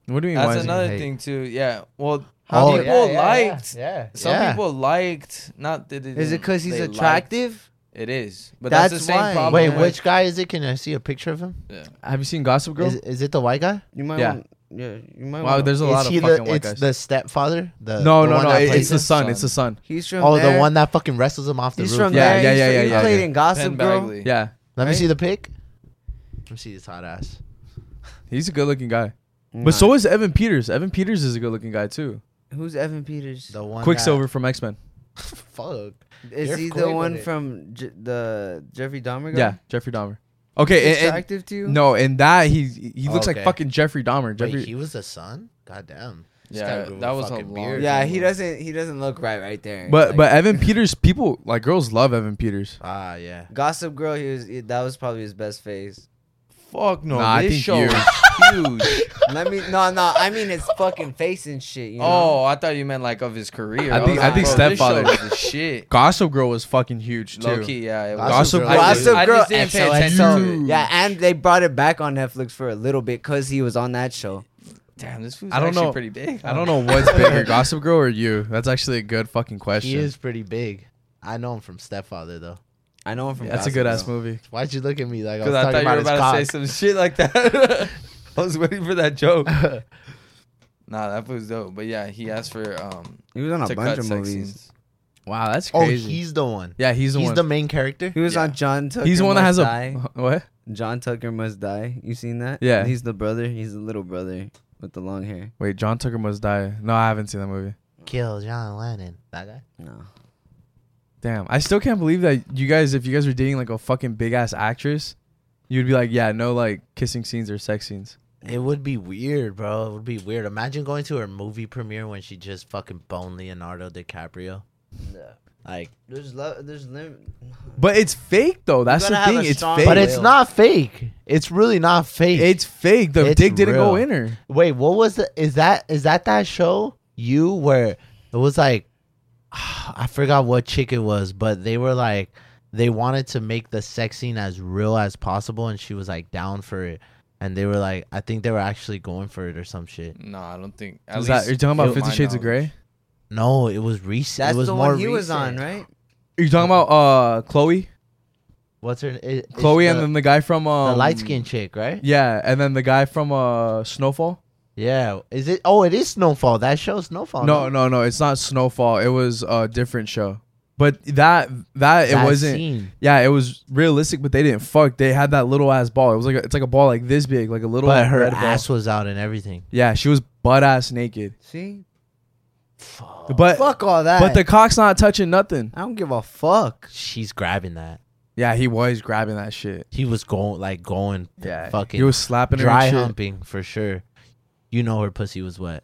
S7: What do you mean? why
S2: That's
S7: is it-
S2: another
S5: hate?
S2: thing too. Yeah. Well,
S5: How
S2: people liked.
S5: Yeah. yeah.
S2: Some people liked. Not that. It
S3: Is it because he's
S2: they liked-
S3: attractive?
S2: It is. But that's, the
S3: That's
S2: same
S3: why.
S2: problem.
S5: Wait,
S3: Yeah.
S5: which guy is it? Can I see a picture of him?
S2: Yeah.
S7: Have you seen Gossip Girl?
S5: Is, is it the white guy?
S3: You might
S7: Yeah.
S3: want Yeah, you might.
S4: Wow,
S3: wanna-
S4: there's a lot
S5: Is
S4: of
S5: he
S4: fucking
S5: the?
S4: white
S5: It's
S4: guys.
S5: the stepfather. The
S4: no,
S5: the
S4: no,
S5: one
S4: no.
S5: that
S4: it-
S5: plays
S4: It's the
S5: him?
S4: son. It's the son.
S3: He's from.
S5: Oh,
S3: there.
S5: the one that fucking wrestles him off the
S3: He's
S5: roof.
S3: from
S4: Yeah,
S3: there.
S4: yeah,
S3: He's
S4: yeah,
S3: from-
S4: yeah,
S3: He
S4: yeah,
S3: played
S4: yeah.
S3: in Gossip
S2: Ben
S3: Girl.
S2: Bagley.
S4: Yeah,
S5: Let me
S3: right?
S5: see the pic. Let me see this hot ass.
S4: he's a good-looking guy.
S3: Nah.
S4: But so is Evan Peters. Evan Peters is a good-looking guy too.
S3: Who's Evan Peters?
S5: The one.
S4: Quicksilver from X Men.
S5: that- Fuck.
S3: Is
S5: You're
S3: he
S5: great
S3: the
S5: with
S3: one
S5: it.
S3: from J- the Jeffrey Dahmer guy?
S4: Yeah, Jeffrey Dahmer. Okay,
S3: Is he
S4: and, and-
S3: attractive to you?
S4: no, and that he he looks
S5: Okay.
S4: like fucking Jeffrey Dahmer.
S5: Wait,
S4: Jeffrey.
S5: he was the son. Goddamn. This guy
S2: Yeah,
S5: grew
S2: that was a
S5: fucking
S2: long.
S5: beard.
S3: Yeah, he doesn't. He doesn't look right right there.
S4: but
S3: Like,
S4: but Evan Peters, people like girls love Evan Peters.
S5: Ah, yeah.
S3: Gossip Girl, he was. he- that was probably his best face.
S2: Fuck no,
S4: Nah, I
S2: this
S4: think
S2: show
S4: you're-
S2: is huge.
S3: Let me. No, no. I mean his fucking face and shit. You know?
S2: Oh, I thought you meant like of his career.
S4: I
S3: think-
S2: was
S3: I
S2: like,
S3: think
S2: bro, this show
S4: Stepfather-
S2: was the shit.
S4: Gossip Girl was fucking huge too.
S2: Low key, yeah. It was.
S4: Gossip
S5: Girl,
S4: Girl.
S5: I
S3: Gossip
S5: did-
S2: I just didn't pay attention to
S5: XOXO.
S2: it.
S3: Yeah, and they brought it back on Netflix for a little bit because he was on that show.
S2: Damn, this food's
S4: I don't
S2: actually
S4: know-
S2: pretty big.
S4: I don't know what's bigger, Gossip Girl or you. That's actually a good fucking question.
S5: He is pretty big. I know him from Stepfather though.
S3: I know him from.
S4: That's a
S3: Gossip
S4: good ass
S3: Girl.
S4: movie.
S5: Why'd you look at me like I was
S2: Because I,
S5: talking
S2: thought you
S5: about
S2: were
S5: his
S2: about to say
S5: cock?
S2: some shit like that. I was waiting for that joke. nah, that food's dope. But yeah, he asked for um
S3: He was on a
S2: to
S3: bunch
S2: cut
S3: of
S2: sex
S3: movies.
S2: scenes.
S4: Wow, that's
S5: oh,
S4: crazy.
S5: he's the one.
S4: yeah, he's the
S5: he's
S4: one.
S5: the main character.
S3: He was
S2: Yeah.
S3: on John Tucker.
S4: he's the one that
S3: Must
S4: has
S3: Die.
S4: a what?
S3: John Tucker Must Die. You seen that?
S4: Yeah.
S3: He's the brother. He's the little brother with the long hair.
S4: Wait, John Tucker Must Die. No, I haven't seen that movie.
S5: Kill John Lennon. That guy.
S3: No.
S4: Damn, I still can't believe that you guys. If you guys were dating like a fucking big ass actress, you'd be like, yeah, no, like kissing scenes or sex scenes.
S5: It would be weird, bro. It would be weird. Imagine going to her movie premiere when she just fucking boned Leonardo DiCaprio. Like,
S3: There's love. There's lim-
S4: But it's fake though. That's
S3: gotta
S4: the
S3: have
S4: thing.
S3: a
S4: It's
S3: strong
S4: fake.
S5: but
S3: Hey,
S5: it's
S3: Will.
S5: not fake. It's really not fake.
S4: It's fake. The
S5: It's
S4: dick didn't go
S5: real.
S4: in her.
S5: Wait, what was the? Is that is that that show you where it was like I forgot what chick it was, but they were like they wanted to make the sex scene as real as possible, and she was like down for it, and they were like I think they were actually going for it or some shit.
S2: No, I don't think. At
S4: Is that,
S2: least
S4: you're talking about
S2: to
S4: Fifty
S2: my
S4: Shades of
S2: knowledge.
S4: Grey?
S5: No, it was recent.
S3: That's
S5: it was
S3: the
S5: more
S3: one he was on,
S5: recent.
S3: right?
S4: You're talking about uh Chloe,
S5: What's her? It, it's
S4: Chloe, and
S5: the,
S4: then the guy from um,
S5: the light skinned chick, right?
S4: Yeah, and then the guy from uh Snowfall.
S5: Yeah. Is it? Oh, it is Snowfall. That show Snowfall.
S4: no, no, no. It's not Snowfall. It was a different show. But that that it
S5: That
S4: wasn't.
S5: scene.
S4: Yeah, it was realistic, but they didn't fuck. They had that little ass ball. It was like a, it's like a ball like this big, like a little.
S5: But her
S4: red ball.
S5: ass was out and everything.
S4: Yeah, she was butt ass naked.
S3: See?
S4: But
S3: Oh, Fuck all that.
S4: but the cock's not touching nothing.
S3: I don't give a fuck.
S5: She's grabbing that.
S4: Yeah, he was grabbing that shit.
S5: He was going like going
S4: Yeah,
S5: fucking
S4: he was slapping her.
S5: dry
S4: and shit.
S5: humping for sure. You know her pussy was wet.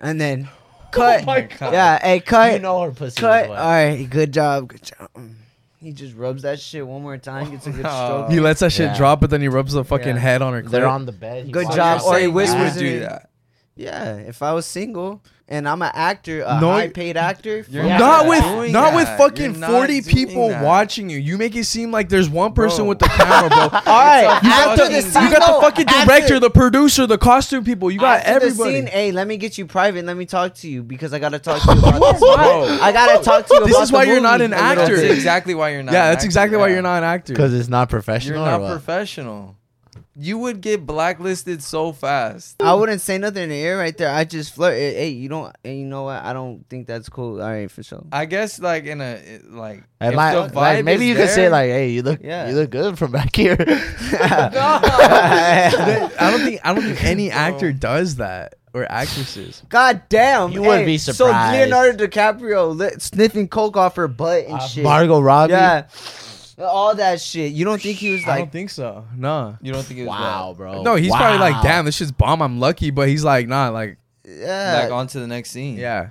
S3: And then cut.
S2: God.
S3: yeah, hey, cut.
S5: You know her pussy
S3: cut.
S5: was
S3: All
S5: wet.
S3: right, good job. Good job. He just rubs that shit one more time, gets a good stroke.
S4: He lets that shit
S5: Yeah.
S4: drop, but then he rubs the fucking
S3: Yeah.
S4: head on her.
S5: They're
S4: clit.
S5: on the bed. He
S3: Good
S5: walks
S3: job,
S5: out.
S3: or he
S2: You would
S3: whispers in
S2: do
S3: it.
S2: that.
S3: Yeah, if I was single and I'm an actor, a
S4: No,
S3: high paid actor, fuck
S2: you're Yeah,
S4: Not
S2: you're
S4: with
S2: doing
S4: not with
S2: that.
S4: fucking
S2: You're not
S4: forty
S2: doing
S4: people
S2: that.
S4: watching you. You make it seem like there's one person
S2: Bro.
S4: with the camera, bro.
S3: All right,
S2: You got
S3: after
S2: the-
S3: the
S2: you
S3: scene,
S4: You got the
S3: no,
S4: fucking
S3: after-
S4: director, the producer, the costume people. You got
S3: after the
S4: everybody.
S3: Scene, hey, let me get you private. Let me talk to you because I gotta talk to you about this.
S2: Bro.
S3: I gotta talk to you.
S4: This
S3: about
S4: is
S3: the
S4: why you're
S3: movie
S4: not an
S3: a little
S4: actor.
S2: That's
S3: bit.
S2: exactly why you're not.
S4: yeah,
S2: an
S4: that's
S2: actor,
S4: exactly why
S2: yeah.
S4: you're not an actor.
S5: Because it's not professional.
S2: You're
S5: or
S2: not
S5: what?
S2: professional. You would get blacklisted so fast.
S3: I wouldn't say nothing in the air right there. I just flirt. Hey, hey, you don't. Hey, you know what? I don't think that's cool. All right, for sure.
S2: I guess like in a like.
S5: Am
S2: if
S5: I-
S2: the
S5: like,
S2: vibe
S5: maybe
S2: is
S5: you could say
S2: there-
S5: like, "Hey, you look,
S3: Yeah.
S5: you look good from back here."
S4: I don't think I don't think any actor does that or actresses.
S3: God damn.
S5: You wouldn't
S3: hey,
S5: be
S3: So
S5: surprised.
S3: Leonardo DiCaprio li- sniffing coke off her butt and
S5: Uh,
S3: shit.
S5: Margot Robbie.
S3: Yeah. All that shit. You don't think he was
S4: I
S3: like,
S4: don't think so. Nah.
S2: You don't think it was
S5: Wow, bro.
S4: No, he's probably like,
S5: Wow.
S4: damn, this shit's bomb. I'm lucky, but he's like, nah, like,
S2: that?
S3: yeah.
S2: Like on to the next scene.
S4: yeah.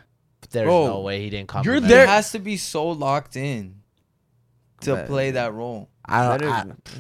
S5: There's
S4: Bro,
S5: no way he didn't come.
S4: you're
S2: He
S4: there-
S2: has to be so locked in to
S3: But-
S2: play that role.
S5: I
S3: Better-
S5: don't. I,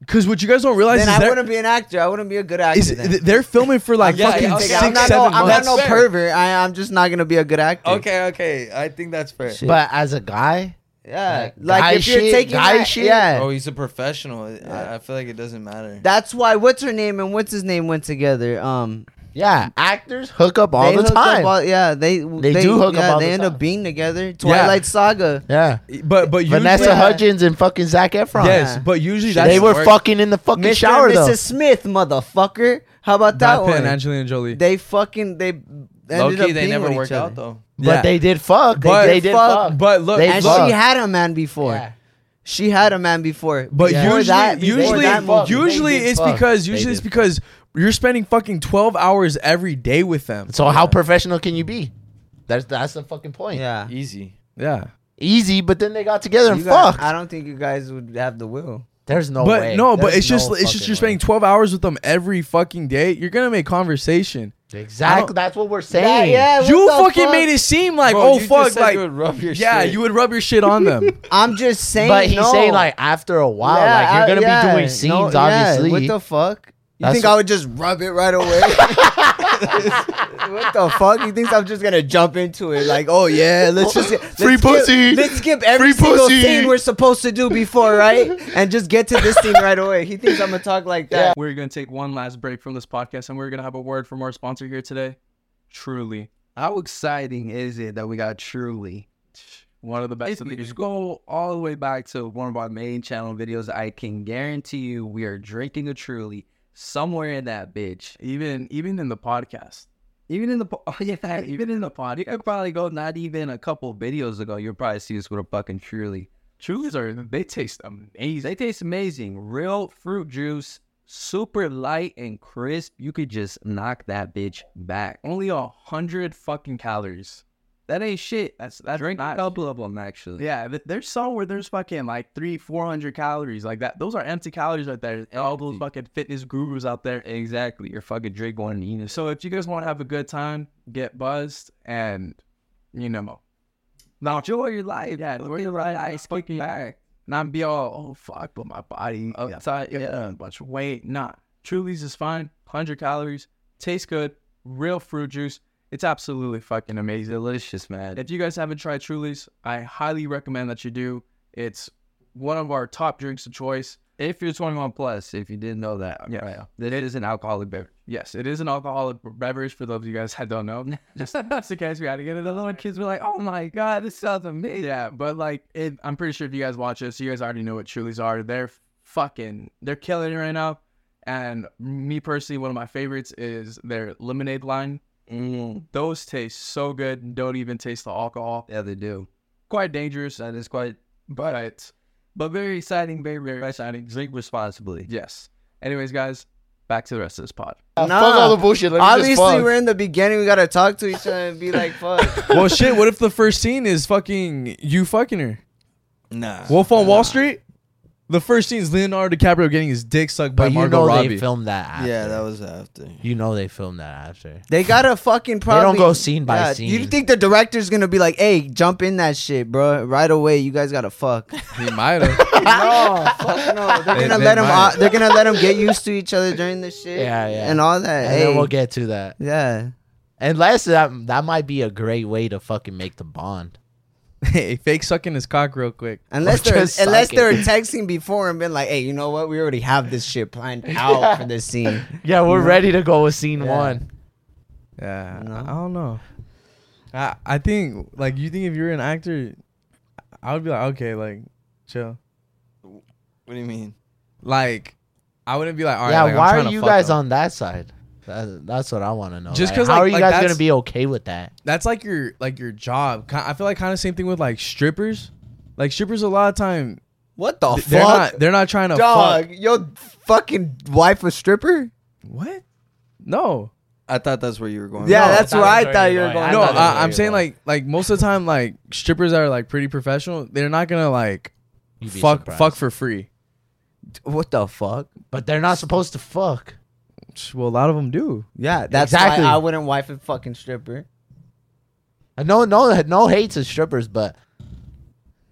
S4: Because what you guys don't realize
S3: then I
S4: is, they're,
S3: wouldn't be an actor. I wouldn't be a good actor.
S4: is
S3: then.
S4: th- they're filming for like
S2: Yeah,
S4: fucking
S2: yeah,
S4: six,
S2: okay,
S3: I'm not,
S4: seven
S3: no, I'm not
S4: months.
S3: no
S2: Fair.
S3: pervert. I, I'm just not gonna be a good actor.
S2: Okay, okay. I think that's fair.
S3: Shit.
S5: but as a guy,
S3: Yeah.
S5: Like,
S3: Like,
S5: guy
S3: if you're
S5: shit,
S3: taking
S5: guy
S3: that,
S5: shit?
S3: yeah.
S2: Oh, he's a professional. I, I feel like it doesn't matter.
S3: That's why what's her name and what's his name went together. Um,
S5: Yeah, actors hook up all
S3: They
S5: the
S3: hook up
S5: time.
S3: all- yeah, they they,
S5: do hook up
S3: yeah,
S5: all
S3: They
S5: the
S3: end
S5: time.
S3: up being together. Twilight Saga.
S5: yeah,
S4: But but usually,
S5: Vanessa Hudgens and fucking Zac Efron.
S4: Yes,
S3: Yeah.
S4: but usually that's
S5: they were
S4: work-
S5: fucking in the fucking
S3: Mr.
S5: shower
S3: and Mrs.
S5: though.
S3: Smith, motherfucker. How about that
S4: Brad Pitt
S3: one?
S4: and Angelina Jolie.
S3: They fucking they ended
S2: Low
S3: up
S2: key, they
S3: being
S2: never
S3: with
S2: work
S3: each other.
S2: out though.
S5: But
S4: Yeah.
S5: they did fuck. They-
S4: But-
S5: they, did
S3: fuck,
S5: fuck.
S4: but look,
S5: They
S4: look
S3: And
S5: fuck.
S3: she had a man before.
S5: Yeah.
S3: She had a man before.
S4: But
S3: Before
S4: usually,
S3: that- before
S4: usually,
S3: that movie,
S4: usually
S3: they did
S4: it's
S3: fuck.
S4: because
S5: They
S4: usually
S5: did
S4: it's because you're spending fucking twelve hours every day with them.
S5: so how professional can you be? That's that's the fucking point.
S3: yeah.
S2: Easy.
S4: Yeah,
S5: Easy, but then they got together and
S3: You guys-
S5: fucked.
S3: I don't think you guys would have the will.
S5: There's no
S4: but
S5: way.
S4: no, but
S5: There's
S4: it's just
S5: no
S4: it's just
S5: fucking
S4: you're spending twelve hours with them every fucking day. You're gonna make conversation.
S5: way. exactly. That's what we're saying.
S4: you fucking made it seem like
S2: Bro,
S4: oh
S2: you just
S4: fuck,
S2: said
S4: like
S2: you would rub your
S4: yeah,
S2: shit.
S4: you would rub your shit on them.
S3: I'm just saying.
S5: But he's
S3: no.
S5: saying like after a while,
S3: Yeah,
S5: like you're
S3: I-
S5: gonna
S3: yeah,
S5: be doing scenes,
S3: no, yeah,
S5: obviously.
S3: What the fuck? You
S5: That's
S3: think
S5: what-
S3: I would just rub it right away? what the fuck? He thinks I'm just gonna jump into it like, oh yeah, let's just get, let's
S5: Free
S3: skip-
S5: pussy.
S3: Let's skip every
S5: Free
S3: single
S5: pussy.
S3: scene we're supposed to do before, right? And just get to this scene right away. He thinks I'm gonna talk like that.
S9: We're going to take one last break from this podcast and we're going to have a word from our sponsor here today. Truly,
S6: How exciting is it that we got truly?
S9: one of the best. in
S6: Basically,
S9: the game.
S6: just go all the way back to one of our main channel videos. I can guarantee you we are drinking a truly somewhere in that bitch.
S9: Even even in the podcast,
S6: Even in the po- oh yeah, even in the pod, you could probably go not even a couple videos ago. You'll probably see us with a fucking truly.
S9: Trulies are they taste amazing.
S6: They taste amazing. Real fruit juice, super light and crisp. You could just knock that bitch back.
S9: Only a hundred fucking calories.
S6: That ain't shit.
S9: That's that's
S6: Drink a
S9: not
S6: couple of them actually.
S9: Yeah, th- there's some where there's fucking like three, four hundred calories like that. Those are empty calories right there. And All those
S6: Empty.
S9: fucking fitness gurus out there.
S6: Exactly. You're fucking drink one and eat it.
S9: So if you guys want to have a good time, get buzzed and you know, now
S6: Enjoy your life.
S9: Yeah,
S6: Enjoy your life. I
S9: fucking
S6: back. Oh,
S9: not be all oh fuck, but my body outside yeah, a bunch of weight. Nah, Truly's is fine. Hundred calories, tastes good. Real fruit juice. It's absolutely fucking amazing.
S6: Delicious, man.
S9: If you guys haven't tried Truly's, I highly recommend that you do. It's one of our top drinks of choice.
S6: If you're 21 plus, if you didn't know that,
S9: Yeah.
S6: right, that it is an alcoholic beverage.
S9: Yes, it is an alcoholic beverage for those of you guys that don't know. Just that's the case we had to get it. The little kids were like, "Oh my god, this sounds amazing!" Yeah, but like, it, I'm pretty sure if you guys watch this, you guys already know what Trulies are. They're fucking, they're killing it right now. And me personally, one of my favorites is their lemonade line.
S6: Mm,
S9: Those taste so good. and Don't even taste the alcohol.
S6: yeah, they do.
S9: Quite dangerous,
S6: That is quite,
S9: but but very exciting, very very exciting.
S6: drink responsibly.
S9: Yes. Anyways, guys, back to the rest of this pod.
S5: fuck
S3: Nah.
S5: all the bullshit. Let me
S3: Obviously,
S5: just fuck.
S3: we're in the beginning. We gotta talk to each other and be like, fuck.
S4: well, shit. What if the first scene is fucking you fucking her?
S2: Nah.
S4: Wolf on Wall Street. The first scene is Leonardo DiCaprio getting his dick sucked by
S5: but you
S4: Margot
S5: know
S4: Robbie.
S5: they filmed that. After.
S2: Yeah, that was after.
S5: You know they filmed that after.
S3: They gotta fucking probably.
S5: go scene by scene.
S3: You think the director's gonna be like, hey, jump in that shit, bro, right away? You guys gotta fuck.
S4: he might have.
S3: no, fuck no. They're
S4: They-
S3: gonna
S4: they
S3: let them.
S4: might.
S3: they're gonna let them get used to each other during the shit.
S5: Yeah, yeah.
S3: and all that.
S5: And
S3: hey,
S5: then we'll get to that.
S3: yeah.
S5: Unless that that might be a great way to fucking make the bond.
S4: hey, fake sucking his cock real quick.
S3: Unless
S5: Or
S3: they're
S5: just
S3: unless
S5: suck
S3: they're
S5: it.
S3: texting before and been like, hey, you know what? We already have this shit planned out for this scene.
S5: Yeah, we're ready to go with scene one.
S4: Yeah,
S3: No?
S4: I I don't know. I I think like you think if you're an actor, I would be like okay, like chill.
S2: What do you mean?
S4: Like I wouldn't be like all right.
S5: yeah,
S4: like, I'm
S5: why
S4: trying
S5: are
S4: to
S5: you
S4: fuck
S5: guys
S4: them.
S5: on that side? That, that's what I want to know.
S4: Just
S5: Like,
S4: 'cause,
S5: how
S4: like-
S5: are you
S4: like,
S5: guys
S4: that's-
S5: gonna be okay with that?
S4: That's like your like your job. Ki- I feel like kind of same thing with like strippers. Like strippers, a lot of time
S3: What the
S4: they're
S3: fuck,
S4: not they're not trying to
S3: dog?
S4: fuck.
S3: Your fucking wife a stripper?
S4: What? No,
S2: I thought that's where you were going.
S3: Yeah,
S5: No,
S3: that's
S5: I
S3: where
S5: thought
S3: I
S5: that's
S3: thought
S5: where
S3: you
S5: you
S3: were
S5: were
S3: going.
S5: going.
S4: no.
S5: thought that's
S4: I,
S5: where
S4: I'm
S5: you
S4: saying
S5: were going.
S4: like like most of the time like strippers that are like pretty professional. They're not gonna like
S5: You'd be
S4: fuck
S5: surprised.
S4: fuck for free.
S3: what the fuck?
S5: But they're not supposed to fuck.
S4: Well, a lot of them do.
S3: Yeah, that's
S5: Exactly.
S3: why I wouldn't wife a fucking stripper.
S5: No, no, no hate to strippers, but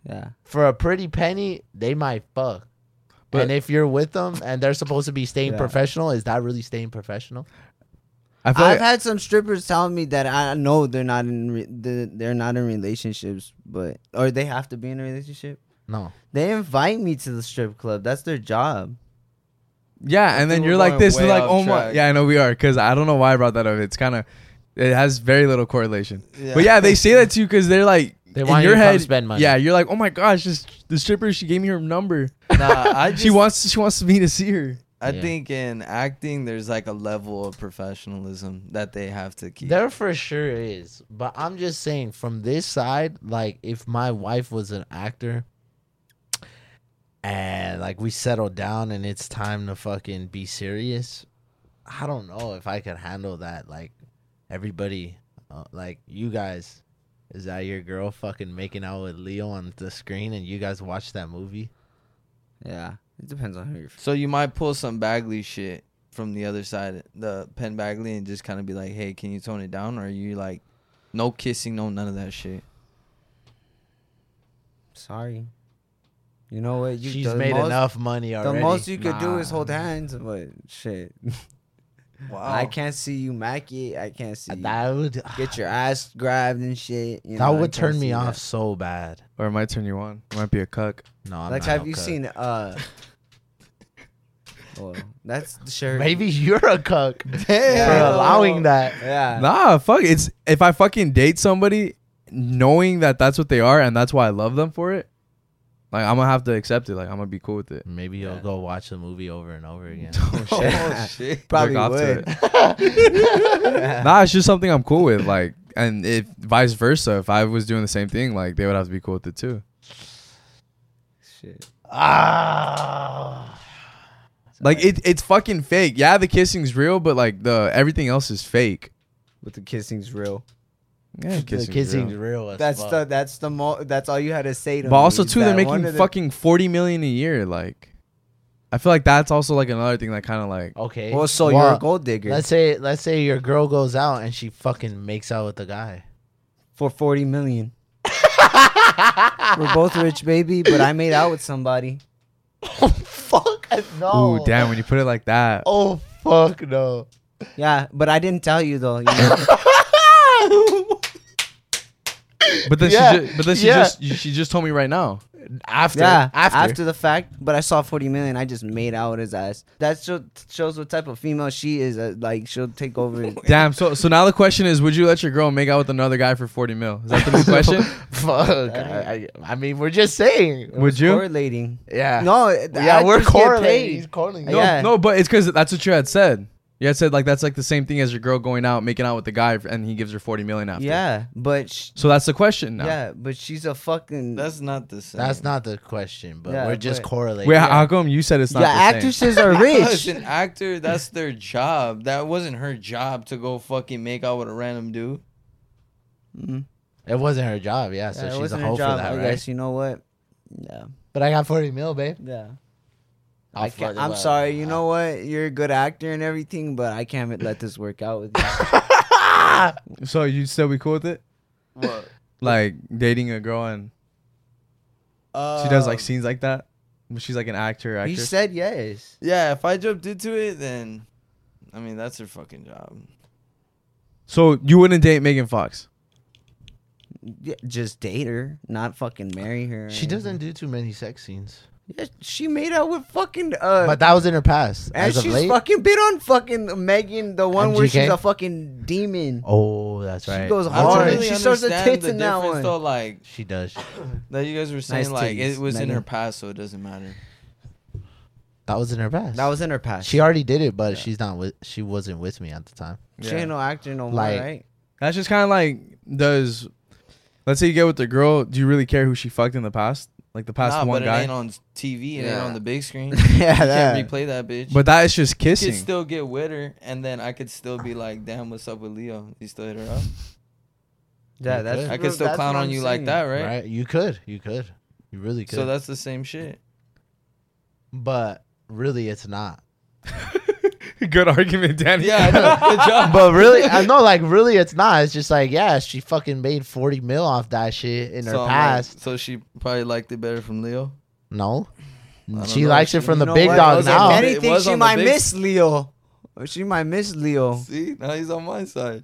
S3: Yeah.
S5: for a pretty penny, they might fuck.
S4: But-
S5: and if you're with them and they're supposed to be staying
S3: Yeah.
S5: professional, is that really staying professional?
S4: I feel
S3: I've
S4: like,
S3: had some strippers tell me that I know they're not in re- they're they're not in relationships, but or they have to be in a relationship.
S5: No.
S3: They invite me to the strip club. That's their job.
S4: Yeah, and then
S2: think we're
S4: you're like
S2: going
S4: this,
S2: way
S4: you're like,
S2: off
S4: oh my,
S2: track.
S4: yeah, I know we are, because I don't know why I brought that up. It's kind of, it has very little correlation.
S2: Yeah.
S4: But yeah, they say that to you because they're like,
S5: They
S4: in
S5: want you
S4: your
S5: to come
S4: head,
S5: spend money.
S4: Yeah, you're like, oh my gosh, this the stripper, she gave me her number.
S2: Nah, I just,
S4: she wants, she wants me to see her.
S2: I
S5: Yeah.
S2: think in acting, there's like a level of professionalism that they have to keep.
S5: There for sure is, but I'm just saying from this side, like if my wife was an actor and like we settled down and it's time to fucking be serious, I don't know if I could handle that. Like everybody, uh, like you guys, is that your girl fucking making out with Leo on the screen and you guys watch that movie?
S3: Yeah, it depends on who you're.
S2: So you might pull some Bagley shit from the other side, the Penn Bagley, and just kind of be like, "Hey, can you tone it down?" Or are you like, "No kissing, no none of that shit."
S3: Sorry. You know what? You,
S5: She's
S3: the
S5: made
S3: most-
S5: enough money
S3: The
S5: already.
S3: most you could do is hold hands, but shit.
S2: Wow.
S3: I can't see you Mackie. I can't see you.
S5: that would
S3: Get your ass grabbed and shit. you
S5: that
S3: know, I
S5: would
S3: can't
S5: turn me
S3: see
S5: off
S3: that.
S5: so bad.
S4: Or it might turn you on. It might be a cuck.
S5: No, I'm
S3: Like,
S5: not
S3: have you
S5: okay.
S3: seen uh? well, that's the shirt.
S5: Maybe you're a cuck for
S3: Damn.
S5: allowing that.
S3: Yeah.
S4: Nah, fuck. It's if I fucking date somebody, knowing that that's what they are and that's why I love them for it. Like I'm gonna have to accept it. Like I'm gonna be cool with it.
S5: Maybe you'll go watch the movie over and over again.
S2: Oh shit.
S3: Probably
S4: Jerk off to
S3: would.
S4: it. nah, it's just something I'm cool with. Like, and if vice versa, if I was doing the same thing, like they would have to be cool with it too.
S3: Shit.
S5: ah.
S4: Like it, it's fucking fake. Yeah, the kissing's real, but like the everything else is fake.
S3: But the kissing's real.
S4: Yeah,
S5: Kissing's
S4: kissing's,
S5: the kissing's
S4: real.
S5: real. as
S3: That's
S5: fuck.
S3: the that's the mo- that's all you had to say to
S4: But
S3: me
S4: also
S3: is
S4: too, they're
S3: that one
S4: making
S3: of the-
S4: fucking forty million a year. Like, I feel like that's also like another thing that kind of like
S5: okay.
S3: Well, so you're
S5: Well,
S3: a gold digger
S5: Let's say let's say your girl goes out and she fucking makes out with the guy.
S3: for forty million. We're both rich, baby. But I made out with somebody.
S5: Oh fuck
S3: Oh.
S5: no.
S4: Ooh, damn! When you put it like that,
S5: Oh fuck no.
S3: Yeah, but I didn't tell you though. You know?
S4: but then
S5: Yeah,
S4: she, ju- but then she
S5: yeah.
S4: just she just told me right now.
S5: after
S3: yeah,
S5: after.
S3: after. the fact. But I saw forty million. I just made out with his ass. That sho- shows what type of female she is. Uh, like she'll take over.
S4: Damn. So so now the question is, would you let your girl make out with another guy for forty mil? Is that the new question?
S5: Fuck. I, I, I mean, we're just saying.
S4: would you?
S3: Correlating.
S5: Yeah.
S3: No.
S5: Yeah, we're correlating. He's
S3: correlating.
S5: correlating.
S4: No,
S3: Yeah.
S4: no, but it's because that's what you had said. You had said like that's like the same thing as your girl going out making out with the guy and he gives her forty million after.
S3: Yeah, but sh-
S4: So that's the question now.
S3: yeah, but she's a fucking.
S2: That's not the same.
S5: That's not the question, but
S3: Yeah,
S5: we're just
S3: but-
S5: correlating.
S4: Wait, how come you said it's not
S3: yeah,
S4: the same?
S3: actresses are
S2: As
S3: rich.
S2: an actor, that's their job. That wasn't her job to go fucking make out with a random dude.
S5: It wasn't her job, yeah. So
S3: Yeah, it
S5: she's a
S3: wasn't her
S5: hoe for
S3: job,
S5: that,
S3: I
S5: right?
S3: guess you know what? Yeah,
S5: But I got forty mil, babe.
S3: yeah.
S5: I'll
S3: I can't,
S5: fucking
S3: I'm
S5: love
S3: sorry.
S5: it.
S3: You know what? You're a good actor and everything, but I can't let this work out with you.
S4: so you still be cool with it?
S2: What?
S4: Like dating a girl and she does
S2: Um,
S4: like scenes like that. When She's like an actor,
S3: you
S4: actress.
S3: said yes.
S2: Yeah, if I jumped into it, then, I mean, that's her fucking job.
S4: so you wouldn't date Megan Fox.
S3: Yeah, just date her, not fucking marry her. or
S5: She doesn't
S3: anything.
S5: do too many sex scenes.
S3: Yeah, she made out with fucking. Uh,
S5: But that was in her past.
S3: and
S5: As of
S3: she's
S5: late.
S3: fucking bit on fucking Megan, the one where
S5: MGK?
S3: she's a fucking demon.
S5: oh, that's right.
S3: goes
S5: I'm
S2: I
S3: hard.
S2: don't
S5: sorry.
S3: Alright,
S2: really
S3: she starts the
S2: understand
S3: tits in that
S2: difference,
S3: one.
S2: Though, like
S5: She does.
S2: that, you guys were saying like
S3: titties,
S2: it was in her
S3: Megan.
S2: past, so it doesn't matter.
S5: That was in her past.
S3: That was in her past.
S5: She already did it, but she's not with. She wasn't with me at the time.
S3: She ain't no actor no
S5: Like-
S3: more, right?
S4: That's just kind of like does. Let's say you get with the girl. Do you really care who she fucked in the past? Like the past
S2: nah,
S4: one
S2: but it
S4: guy.
S2: ain't on TV. It ain't
S3: Yeah.
S2: on the big screen.
S3: yeah,
S2: I can't
S3: that.
S2: replay that bitch.
S4: But that is just
S2: I
S4: kissing.
S2: could still get with her, and then I could still be like, "Damn, what's up with Leo? You still hit her up?
S3: Yeah, that's.
S2: I could still
S3: that's
S2: clown
S3: what
S2: on
S3: I'm
S2: you
S3: saying.
S2: like that,
S5: Right?
S2: right?"
S5: You could. You could. You really could.
S2: So that's the same shit.
S5: but really, it's not.
S4: Good argument, Danny.
S2: Yeah, I know. good job.
S5: But really, I know. Like really, it's not. It's just like yeah, she fucking made forty mil off that shit in
S2: So
S5: her
S2: I'm like-
S5: past.
S2: so she probably liked it better from Leo.
S5: No.
S2: don't
S5: She
S2: know.
S5: likes it
S2: She-
S5: from
S3: You
S5: the
S3: know
S5: big
S3: what?
S5: dog
S2: Those are
S5: now.
S3: If
S2: many- It
S3: anything,
S2: was
S3: she
S2: on the
S3: might
S2: big-
S3: miss Leo. Or She might miss Leo.
S2: See, now he's on my side.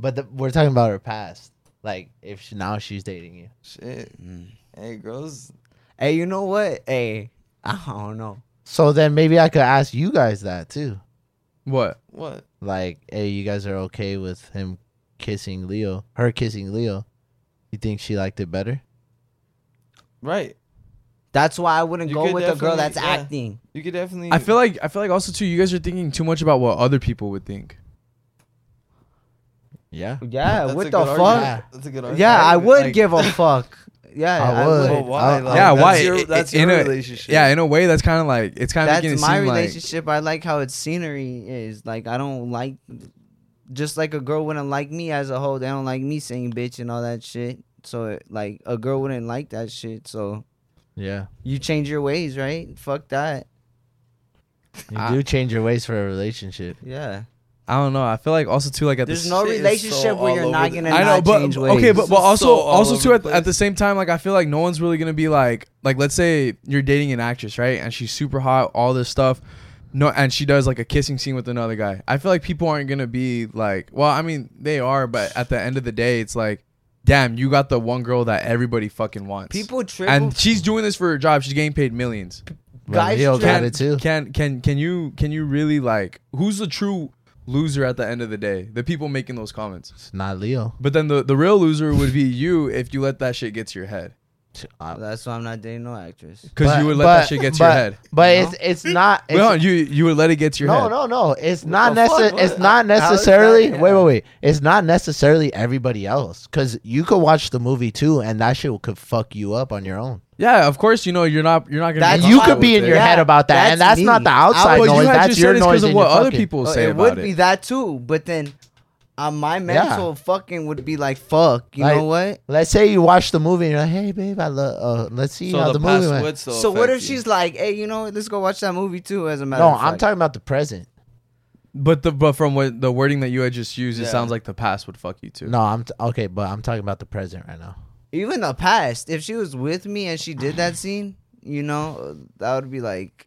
S5: But the, we're talking about her past. Like if she, now she's dating you.
S3: Mm.
S2: Shit. Hey, girls.
S3: Hey, you know what? Hey, I don't know.
S5: So then maybe I could ask you guys that too.
S4: What?
S2: What?
S5: Like, hey, you guys are okay with him kissing Leo, her kissing Leo. You think she liked it better?
S2: Right.
S3: That's why I wouldn't
S2: You
S3: go
S2: could
S3: with a
S2: definitely-
S3: girl that's
S2: yeah.
S3: acting.
S2: You could definitely.
S4: I feel like I feel like also too. You guys are thinking too much about what other people would think.
S5: Yeah.
S3: Yeah,
S2: That's a
S3: what
S2: good
S3: the
S2: argument.
S3: fuck?
S2: That's a good
S3: Yeah,
S2: argument.
S3: I would
S4: like-
S3: give a fuck. Yeah,
S5: I
S3: I
S5: would.
S3: would.
S2: But why?
S5: I-
S2: Like,
S4: Uh, yeah,
S2: Oh, that's
S4: why?
S2: Your,
S4: It-
S2: that's
S4: it-
S2: your
S4: in a-
S2: relationship.
S4: Yeah, in a way, that's kind of like it's kind of making it
S3: That's my
S4: seem like
S3: relationship. I like how its scenery is. Like I don't like, just like a girl wouldn't like me as a whole. They don't like me saying bitch and all that shit. So like a girl wouldn't like that shit. So
S5: Yeah.
S3: you change your ways, right? Fuck that.
S5: You
S4: I-
S5: do change your ways for a relationship.
S3: Yeah.
S4: I don't know. I feel like also too like at
S3: There's
S4: this.
S3: no
S2: shit is so
S3: relationship
S2: all
S3: where you're
S2: over
S3: not
S2: the-
S3: gonna
S2: I
S4: I know,
S3: not
S4: but
S3: change ways.
S4: okay, but, but also
S2: So all
S4: also
S2: over
S4: too
S2: the
S4: at, at the
S2: place.
S4: same time, like I feel like no one's really gonna be like like let's say you're dating an actress, right? And she's super hot, all this stuff. No, and she does like a kissing scene with another guy. I feel like people aren't gonna be like, well, I mean, they are, but at the end of the day, it's like, damn, you got the one girl that everybody fucking wants.
S3: people trip.
S4: and she's doing this for her job. She's getting paid millions.
S5: But
S3: Guys
S5: Leo
S3: trans-
S5: got it too.
S4: Can can can you can you really like who's the true loser at the end of the day? The people making those comments.
S5: It's not Leo.
S4: But then the, the real loser would be you if you let that shit get to your head.
S5: I-
S3: that's why I'm not dating no actress.
S4: Because you
S5: But-
S4: would let
S5: uh, but-
S4: that shit get to
S5: but-
S4: your head.
S5: But
S3: You
S5: it's it's not. It's,
S4: Well, you you would let it get to your
S5: no,
S4: head.
S5: no, no. It's not
S2: the fuck?
S5: necessary.
S2: What?
S5: It's not
S3: How- how is that?
S5: necessarily. Wait,
S3: Yeah.
S5: wait, wait. It's not necessarily everybody else. Because you could watch the movie too, and that shit could fuck you up on your own.
S4: Yeah, of course you know you're not you're not gonna.
S3: That's
S5: And
S4: be
S5: you
S3: why-
S5: could be in your
S3: Yeah,
S5: head about that, and that's
S3: that's
S5: not
S3: me.
S5: the
S3: I
S5: outside
S3: would-
S4: But
S5: noise.
S4: you had
S5: That's
S4: just
S5: your
S4: said it's
S5: noise
S4: because
S5: and
S4: of
S5: your
S4: what other
S5: fucking-
S4: people
S3: Well,
S4: say
S3: Oh, it
S4: about
S3: would
S4: it.
S3: be that too, but then uh, my mental fucking would be like, "Fuck," you
S5: Like-
S3: know what?
S5: Let's say you watch the movie and you're like, "Hey, babe, I love. Uh, let's see
S2: So
S5: how
S2: the,
S5: the, movie
S2: past
S5: went."
S2: would still
S3: So what if
S2: affect you.
S3: she's like, "Hey, you know, what? let's go watch that movie too"? As a matter
S5: No,
S3: of
S5: I'm
S3: fact.
S5: talking about the present.
S4: but the but from what the wording that you had just used, it
S2: Yeah.
S4: sounds like the past would fuck you too.
S5: No, I'm t- okay, but I'm talking about the present right now.
S3: even the past. If she was with me and she did that scene, you know, that would be like,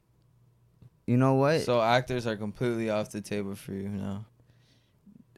S3: you know what?
S2: So actors are completely off the table for you now,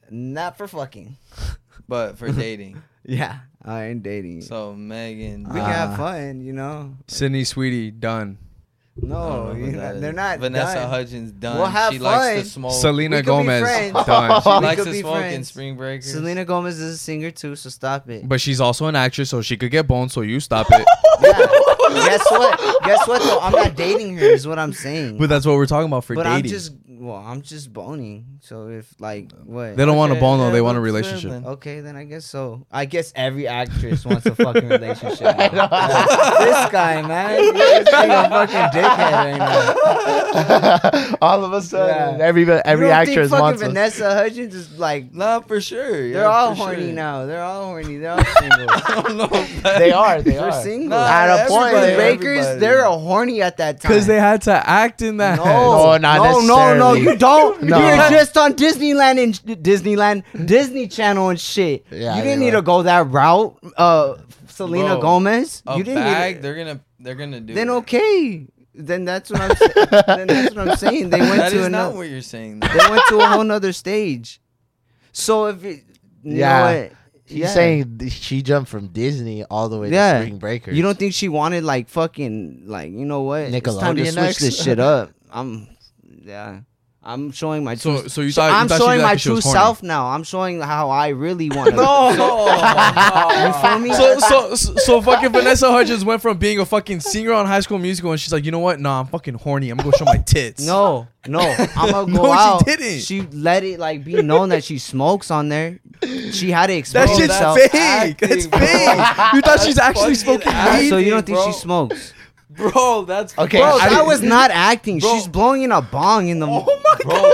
S3: Not for fucking.
S2: but for dating.
S3: Yeah, I ain't dating. So,
S2: So Megan,
S3: we can
S5: uh,
S3: have fun, you know.
S4: Sydney, sweetie, done.
S2: I don't know
S3: No,
S2: who
S3: oh, you
S2: that
S3: know,
S2: is.
S3: they're not.
S2: Vanessa
S3: done.
S2: Hudgens done.
S3: We'll have
S2: she likes
S3: fun.
S2: to smoke.
S4: Selena
S3: could be
S4: Gomez,
S3: friends.
S2: she
S3: we
S4: done.
S2: likes
S3: could
S2: to
S3: be
S2: smoke in
S3: friends.
S2: Spring Breakers.
S3: Selena Gomez is a singer too, so stop it.
S4: But she's also an actress, so she could get boned. So you stop it.
S3: Yeah. Guess what? Guess what? Though I'm not dating her. Is what I'm saying.
S4: but that's what we're talking about for
S3: but I'm
S4: dating.
S3: just well, I'm just boning. So if like what?
S4: they don't want a
S2: Okay,
S4: bone though;
S2: yeah,
S4: they want a
S2: what's that
S4: relationship.
S2: then?
S3: Okay, then I guess so. I guess every actress wants a fucking relationship. man. this guy, man, he's just being a fucking dickhead right now.
S5: All of a sudden,
S3: Yeah.
S5: every every
S3: you don't
S5: actress
S3: think fucking
S5: wants. a-
S3: Vanessa Hudgens is like.
S2: Nah, for sure. Yeah,
S3: They're all
S2: for
S3: horny
S2: sure.
S3: now. They're all horny. They're all single.
S2: I don't know.
S5: They are. They
S3: They're
S5: are.
S3: single.
S2: Nah,
S5: At a point,
S3: The
S2: everybody-
S5: they-
S3: Bakers,
S2: everybody.
S3: they're a horny at that time.
S4: Because they had to act in that.
S5: No, not
S3: no, no, no,
S5: necessarily.
S3: you don't.
S5: No.
S3: You were just on Disneyland and Disneyland, Disney Channel and shit.
S5: Yeah,
S3: you
S5: you
S3: didn't need
S5: were.
S3: to go that route. Uh, Selena
S2: Bro,
S3: Gomez,
S2: A
S3: you didn't
S2: bag.
S3: need.
S2: They're gonna. They're gonna do.
S3: to- Then
S2: it.
S3: okay, then that's what I'm. sa- then that's what I'm saying. They went
S2: That
S3: to
S2: is not
S3: another.
S2: what you're saying. though.
S3: They went to a whole nother stage. So if it, you
S5: Yeah.
S3: know what?
S5: She's
S3: Yeah.
S5: saying th- she jumped from Disney all the way
S3: Yeah.
S5: to Spring Breakers.
S3: You don't think she wanted like fucking like you know what? It's time to
S5: Nickelodeon
S3: switch
S5: next?
S3: this shit up. I'm yeah. I'm showing my
S4: So-
S3: true.
S4: so Uh, you thought- you
S3: I'm
S4: thought she
S3: showing
S4: did that
S3: my
S4: 'cause she
S3: true
S4: was horny?
S3: self now. I'm showing how I really want. no, you feel me?
S4: So, so, so, so fucking Vanessa Hudgens went from being a fucking singer on High School Musical, and she's like, you know what? Nah, I'm fucking horny. I'm gonna go show my tits.
S3: no, no. I'm gonna go
S4: No, she
S3: out.
S4: didn't.
S3: She let it like be known that she smokes on there. She had to
S4: that
S3: expose
S2: Bro,
S4: shit's
S3: herself.
S4: fake.
S2: acting,
S4: that's
S2: bro.
S4: fake. You thought she's actually
S2: fucking
S4: smoking
S2: acting.
S4: weed?
S3: So you don't think
S2: bro.
S3: she smokes?
S2: bro. That's
S5: Okay,
S3: Bro,
S5: I
S3: that
S5: didn't-
S3: was not acting.
S2: Bro.
S3: She's blowing in a bong in the.
S4: Oh
S2: bro.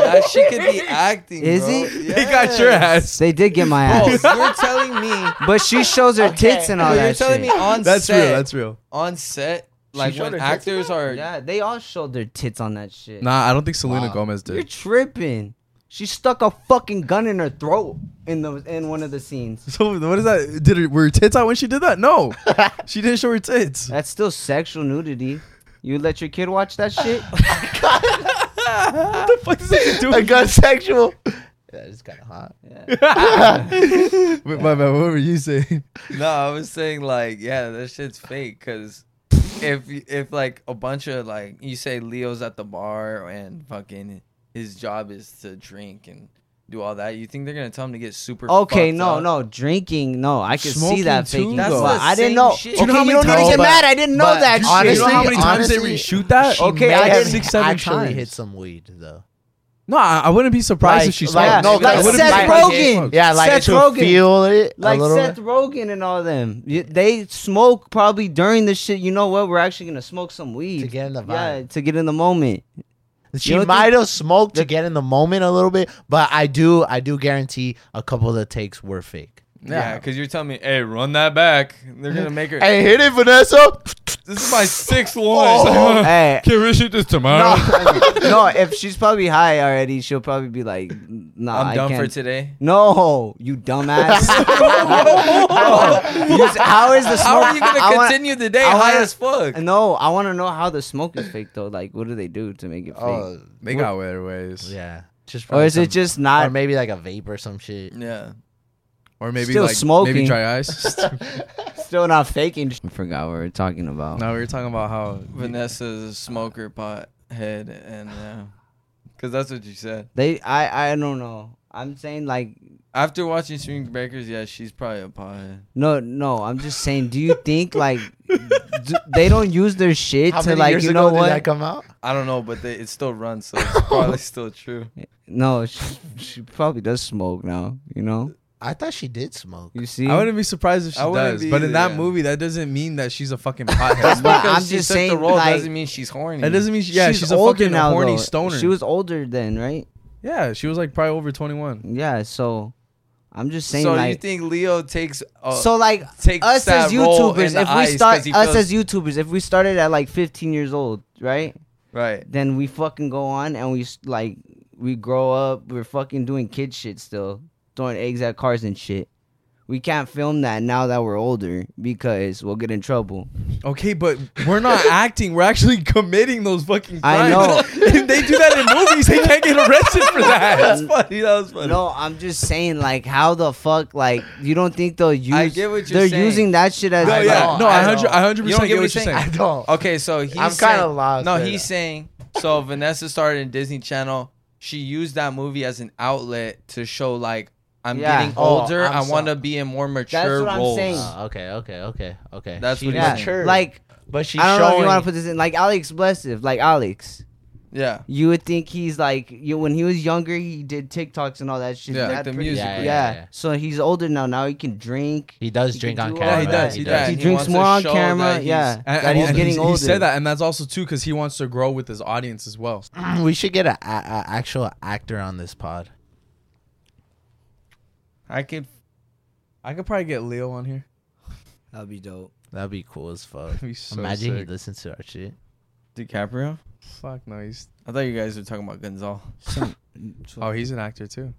S2: That she could be acting.
S3: Is
S2: bro.
S3: it?
S4: They got your
S2: Yes.
S4: ass.
S3: They did get my
S2: Bro,
S3: ass.
S2: you're telling me.
S3: But she shows her tits and all
S2: But
S3: that.
S2: you're telling
S3: shit.
S2: me on
S4: That's
S2: set.
S4: real. That's real.
S2: on set. Like
S3: showed
S2: when
S3: her tits
S2: actors are.
S3: Yeah, they all showed their tits on that shit.
S4: Nah, I don't think Selena Gomez
S3: You're
S4: did.
S3: tripping. She stuck a fucking gun in her throat in the in one of the scenes.
S4: So what is that? Did her, were her tits out when she did that? No, she didn't show her tits.
S3: That's still sexual nudity. You let your kid watch that shit?
S4: What the fuck is that
S5: I
S4: doing?
S5: got sexual. That is kind of hot.
S4: Wait, my bad. What were you saying?
S2: No, I was saying like, yeah, that shit's fake because if if like a bunch of like you say Leo's at the bar and fucking his job is to drink and do all that, you think they're gonna tell him to get super?
S3: Okay,
S2: fucked
S3: no,
S2: up?
S3: no, drinking, no. I can see
S4: Smoking
S3: that
S4: too,
S3: faking.
S4: That's
S3: but
S2: the
S3: I didn't
S2: same
S3: know.
S2: shit. Do you
S3: Okay, you
S2: know how
S3: don't
S2: many
S3: need to
S2: times-
S3: get mad. I didn't know
S2: but- Do
S3: that.
S4: you know
S3: honestly,
S4: how many times they
S3: honestly,
S4: reshoot that?
S3: She Okay,
S5: May
S3: I
S5: have
S3: haven't
S4: six, seven
S5: actually
S4: times.
S5: hit some weed though.
S4: No, I, I wouldn't be surprised
S3: Like-
S4: if she
S3: like- no,
S4: smoked. Maybe I
S3: like
S4: wouldn't
S3: Seth
S4: be surprised if she
S3: Rogen.
S4: smoked.
S5: Yeah, like
S3: Seth
S5: to
S3: Rogen.
S5: feel it
S3: Like
S5: a little
S3: Seth
S5: bit.
S3: Rogen and all them, You- they smoke probably during the shit. You know what? We're actually gonna smoke some weed
S5: To get in the
S3: Yeah,
S5: vibe.
S3: to get in the moment.
S5: She
S3: You don't
S5: might
S3: think-
S5: have smoked to get in the moment a little bit, but I do, I do guarantee a couple of the takes were fake.
S2: Yeah, because you're telling me, hey, run that back. They're gonna make her.
S5: Hey, hit it, Vanessa.
S2: This is my
S3: Oh.
S2: sixth launch.
S3: Hey,
S4: Can we shoot this tomorrow?
S3: no, no. If she's probably high already, she'll probably be like, "Nah,
S2: I'm
S3: I
S2: done for
S3: can't."
S2: today.
S3: No, you dumbass. You- how is the smoke?
S2: How are you gonna
S3: I wanna-
S2: continue the day
S3: I
S2: high
S3: wanna-
S2: as fuck?
S3: No, I want to know how the smoke is fake though. Like, what do they do to make it fake?
S4: they got weird ways.
S5: Yeah,
S3: or
S5: just Oh, probably
S3: is
S5: some-
S3: it just
S5: or
S3: not?
S5: maybe like a vape or some shit?
S2: Yeah.
S4: Or maybe
S3: Still
S4: like
S3: smoking.
S4: maybe dry ice.
S3: Still not faking. I forgot what we are talking about.
S4: no, we were talking about how
S2: Vanessa's a smoker pot head and yeah. Cause that's what you said.
S3: They, I, I don't know. I'm saying like,
S2: After watching Spring Breakers, yeah, she's probably a pothead.
S3: no, no. I'm just saying. Do you think like d- they don't use their shit
S5: How
S3: to
S5: many
S3: like
S5: years
S3: you
S5: ago
S3: know
S5: did
S3: what?
S5: that come out?
S2: I don't know, but they, it still runs, so it's probably still true.
S3: no, she, she probably does smoke now. You know.
S5: I thought she did smoke.
S3: You see.
S4: I wouldn't be surprised if she
S2: I wouldn't
S4: does.
S2: be
S4: But in
S2: either,
S4: that
S2: yeah.
S4: movie, that doesn't mean that she's a fucking pothead.
S3: but
S2: Because
S3: I'm
S2: she
S3: just
S2: took the
S3: saying,
S2: role
S3: like,
S2: doesn't mean she's horny.
S4: that doesn't mean she, yeah, she's, a
S3: older
S4: fucking
S3: now,
S4: horny
S3: though.
S4: stoner.
S3: She was older then, right?
S4: yeah, she was like probably over 21.
S3: Yeah. So, I'm just saying.
S2: so
S3: like,
S2: you think Leo takes uh,
S3: so like
S2: takes
S3: us
S2: that
S3: as
S2: role in
S3: YouTubers,
S2: the
S3: if
S2: eyes
S3: we
S2: 'cause
S3: start
S2: he
S3: us
S2: feels-
S3: as YouTubers, if we started at like 15 years old, right?
S2: right?
S3: Then we fucking go on and we s- like we grow up. We're fucking doing kid shit still, throwing eggs at cars and shit. We can't film that now that we're older because we'll get in trouble.
S4: Okay, but we're not acting. We're actually committing those fucking
S3: I
S4: crimes. if they do that in movies, they can't get arrested for that.
S2: That's funny. That was funny.
S3: No, I'm just saying, like, how the fuck, like, you don't think they'll use?
S2: I get what you're
S3: they're
S2: saying.
S3: using that shit as
S4: No,
S3: like,
S4: yeah, no,
S2: I
S4: I hundred,
S2: don't.
S4: I hundred
S2: You don't
S4: percent get what you're
S2: I
S5: I
S4: saying.
S5: don't.
S2: Okay, so he's
S5: I'm
S2: saying-
S5: kinda lost
S2: No,
S5: right
S2: he's
S5: now.
S2: saying so. Vanessa started in Disney Channel. She used that movie as an outlet to show like I'm
S3: Yeah.
S2: getting
S5: Oh,
S2: older.
S5: I'm
S2: i want to
S5: sorry.
S2: be in more mature
S3: That's what I'm
S2: roles.
S3: saying.
S5: Uh, okay, okay, okay, okay.
S2: That's
S5: she
S2: what he's
S3: yeah,
S5: matured,
S3: like
S5: but she's
S3: I don't know if
S5: showing.
S3: you want to put this in, like Alex Blessive, like Alex.
S2: Yeah,
S3: you would think he's like you when he was younger he did TikToks and all that shit.
S2: Yeah,
S3: That
S2: like the
S3: pretty-
S2: music
S3: Yeah,
S5: video. Yeah, yeah.
S3: So he's older now. Now he can drink.
S5: he does
S3: He
S5: drink
S3: can
S5: on
S3: do
S5: camera.
S3: all
S2: he does, he does.
S3: He
S2: he wants
S3: drinks
S2: to
S3: more on
S2: show
S3: camera.
S2: that he's-
S3: Yeah,
S2: And-
S3: that he's
S4: and
S3: getting older.
S4: He said that, and that's also too because he wants to grow with his audience as well.
S5: We should get an a- a- actual actor on this pod.
S2: I could.
S4: I could probably get Leo on here.
S3: That'd be dope.
S5: That'd be cool as fuck.
S4: That'd be so
S5: Imagine he
S4: sick.
S5: listens to our shit.
S2: DiCaprio.
S4: Fuck no, he's
S2: I thought you guys were talking about Gonzal.
S4: oh he's an actor too.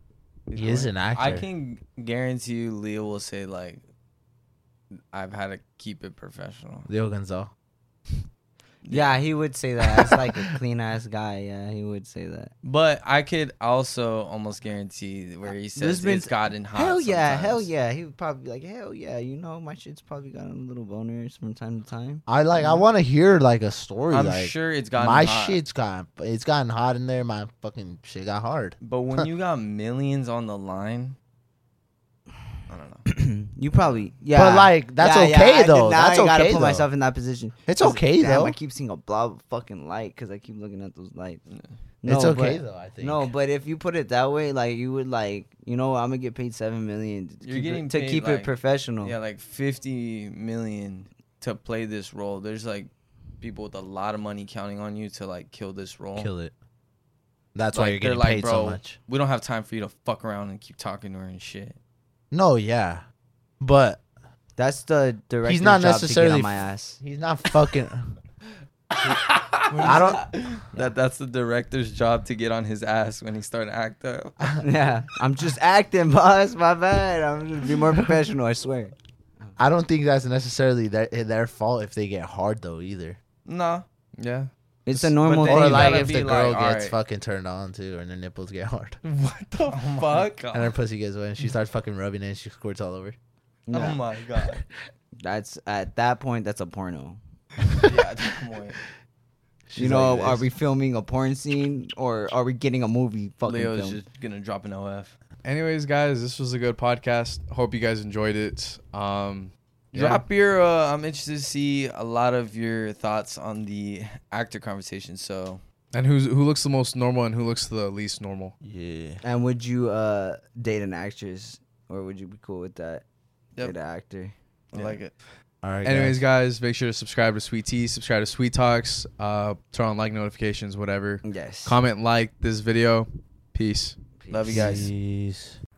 S5: He is an actor.
S2: I can guarantee you, Leo will say like, "I've had to keep it professional."
S5: Leo Gonzalez.
S3: Yeah, he would say that. That's like a clean ass guy. Yeah, he would say that.
S2: But I could also almost guarantee where he
S3: There's
S2: says
S3: been-
S2: it's gotten hot.
S3: hell yeah, hell
S2: sometimes.
S3: yeah. He would probably be like, hell yeah. You know, my shit's probably gotten a little boners from time to time.
S5: I like. I want to hear like a story.
S2: I'm
S5: like,
S2: sure it's gotten
S5: my
S2: hot.
S5: shit's gotten. It's gotten hot in there. My fucking shit got hard.
S2: But when you got millions on the line, I don't know.
S3: You probably yeah.
S5: But, like, that's okay,
S3: I did-
S5: though.
S3: now
S5: That's
S3: I gotta
S5: okay,
S3: put
S5: though.
S3: myself in that position.
S5: It's
S3: 'Cause,
S5: okay,
S3: damn,
S5: though.
S3: I keep seeing a blob of fucking light because I keep looking at those lights.
S5: it's
S3: No,
S5: okay
S3: but-
S5: though. I think.
S3: No, but if you put it that way, like you would like, you know, I'm gonna get paid seven million to
S2: You're
S3: keep,
S2: getting
S3: it, to
S2: paid,
S3: keep
S2: like-
S3: it
S5: Oh.
S3: professional.
S2: Yeah, like 50 million to play this role. There's like people with a lot of money counting on you to like kill this role.
S5: kill it. That's why
S2: Like,
S5: you're
S2: they're
S5: getting
S2: like,
S5: paid so
S2: "Bro,
S5: much.
S2: We don't have time for you to fuck around and keep talking to her and shit.
S5: No, yeah, but
S3: That's the director.
S5: he's not
S3: job
S5: necessarily
S3: to get on my ass.
S5: He's not fucking.
S2: I don't. That that's the director's job to get on his ass when he started acting.
S3: yeah, I'm just acting, boss. My bad. I'm gonna be more professional. I swear.
S5: I don't think that's necessarily their eh, their fault if they get hard though either.
S2: No,
S4: Yeah.
S3: It's a normal
S2: then
S3: thing.
S5: Or
S2: you
S5: like
S2: gotta
S5: if
S2: be
S5: the
S2: like,
S5: girl
S2: "All
S5: gets
S2: right."
S5: fucking turned on too, and her nipples get hard,
S4: What the
S2: Oh
S4: fuck?
S5: and her pussy gets wet, and she starts fucking rubbing it, and she squirts all over.
S3: Yeah.
S2: Oh my god.
S3: That's at that point. That's a porno.
S2: yeah, at that point.
S5: She's
S10: You know,
S5: like
S10: are
S5: this.
S10: we filming a porn scene or are we getting a movie fucking
S2: Leo's
S10: film?
S2: just gonna drop an OF.
S4: Anyways, guys, this was a good podcast. Hope you guys enjoyed it. Um, yeah.
S2: Drop your. Uh, I'm interested to see a lot of your thoughts on the actor conversation. So
S4: And who's who looks the most normal and who looks the least normal?
S5: Yeah.
S10: And would you uh date an actress or would you be cool with that?
S2: Yep.
S10: Date an actor.
S2: I like it.
S5: All right.
S4: Anyways, guys, make sure to subscribe to Sweet Tea, subscribe to Sweet Talks, uh, turn on like notifications, whatever.
S10: Yes.
S4: Comment, like this video. Peace.
S2: Love you
S5: guys.
S2: guys.
S5: Peace.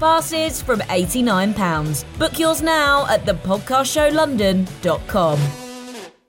S1: Passes from £89. Book yours now at thepodcastshowlondon.com.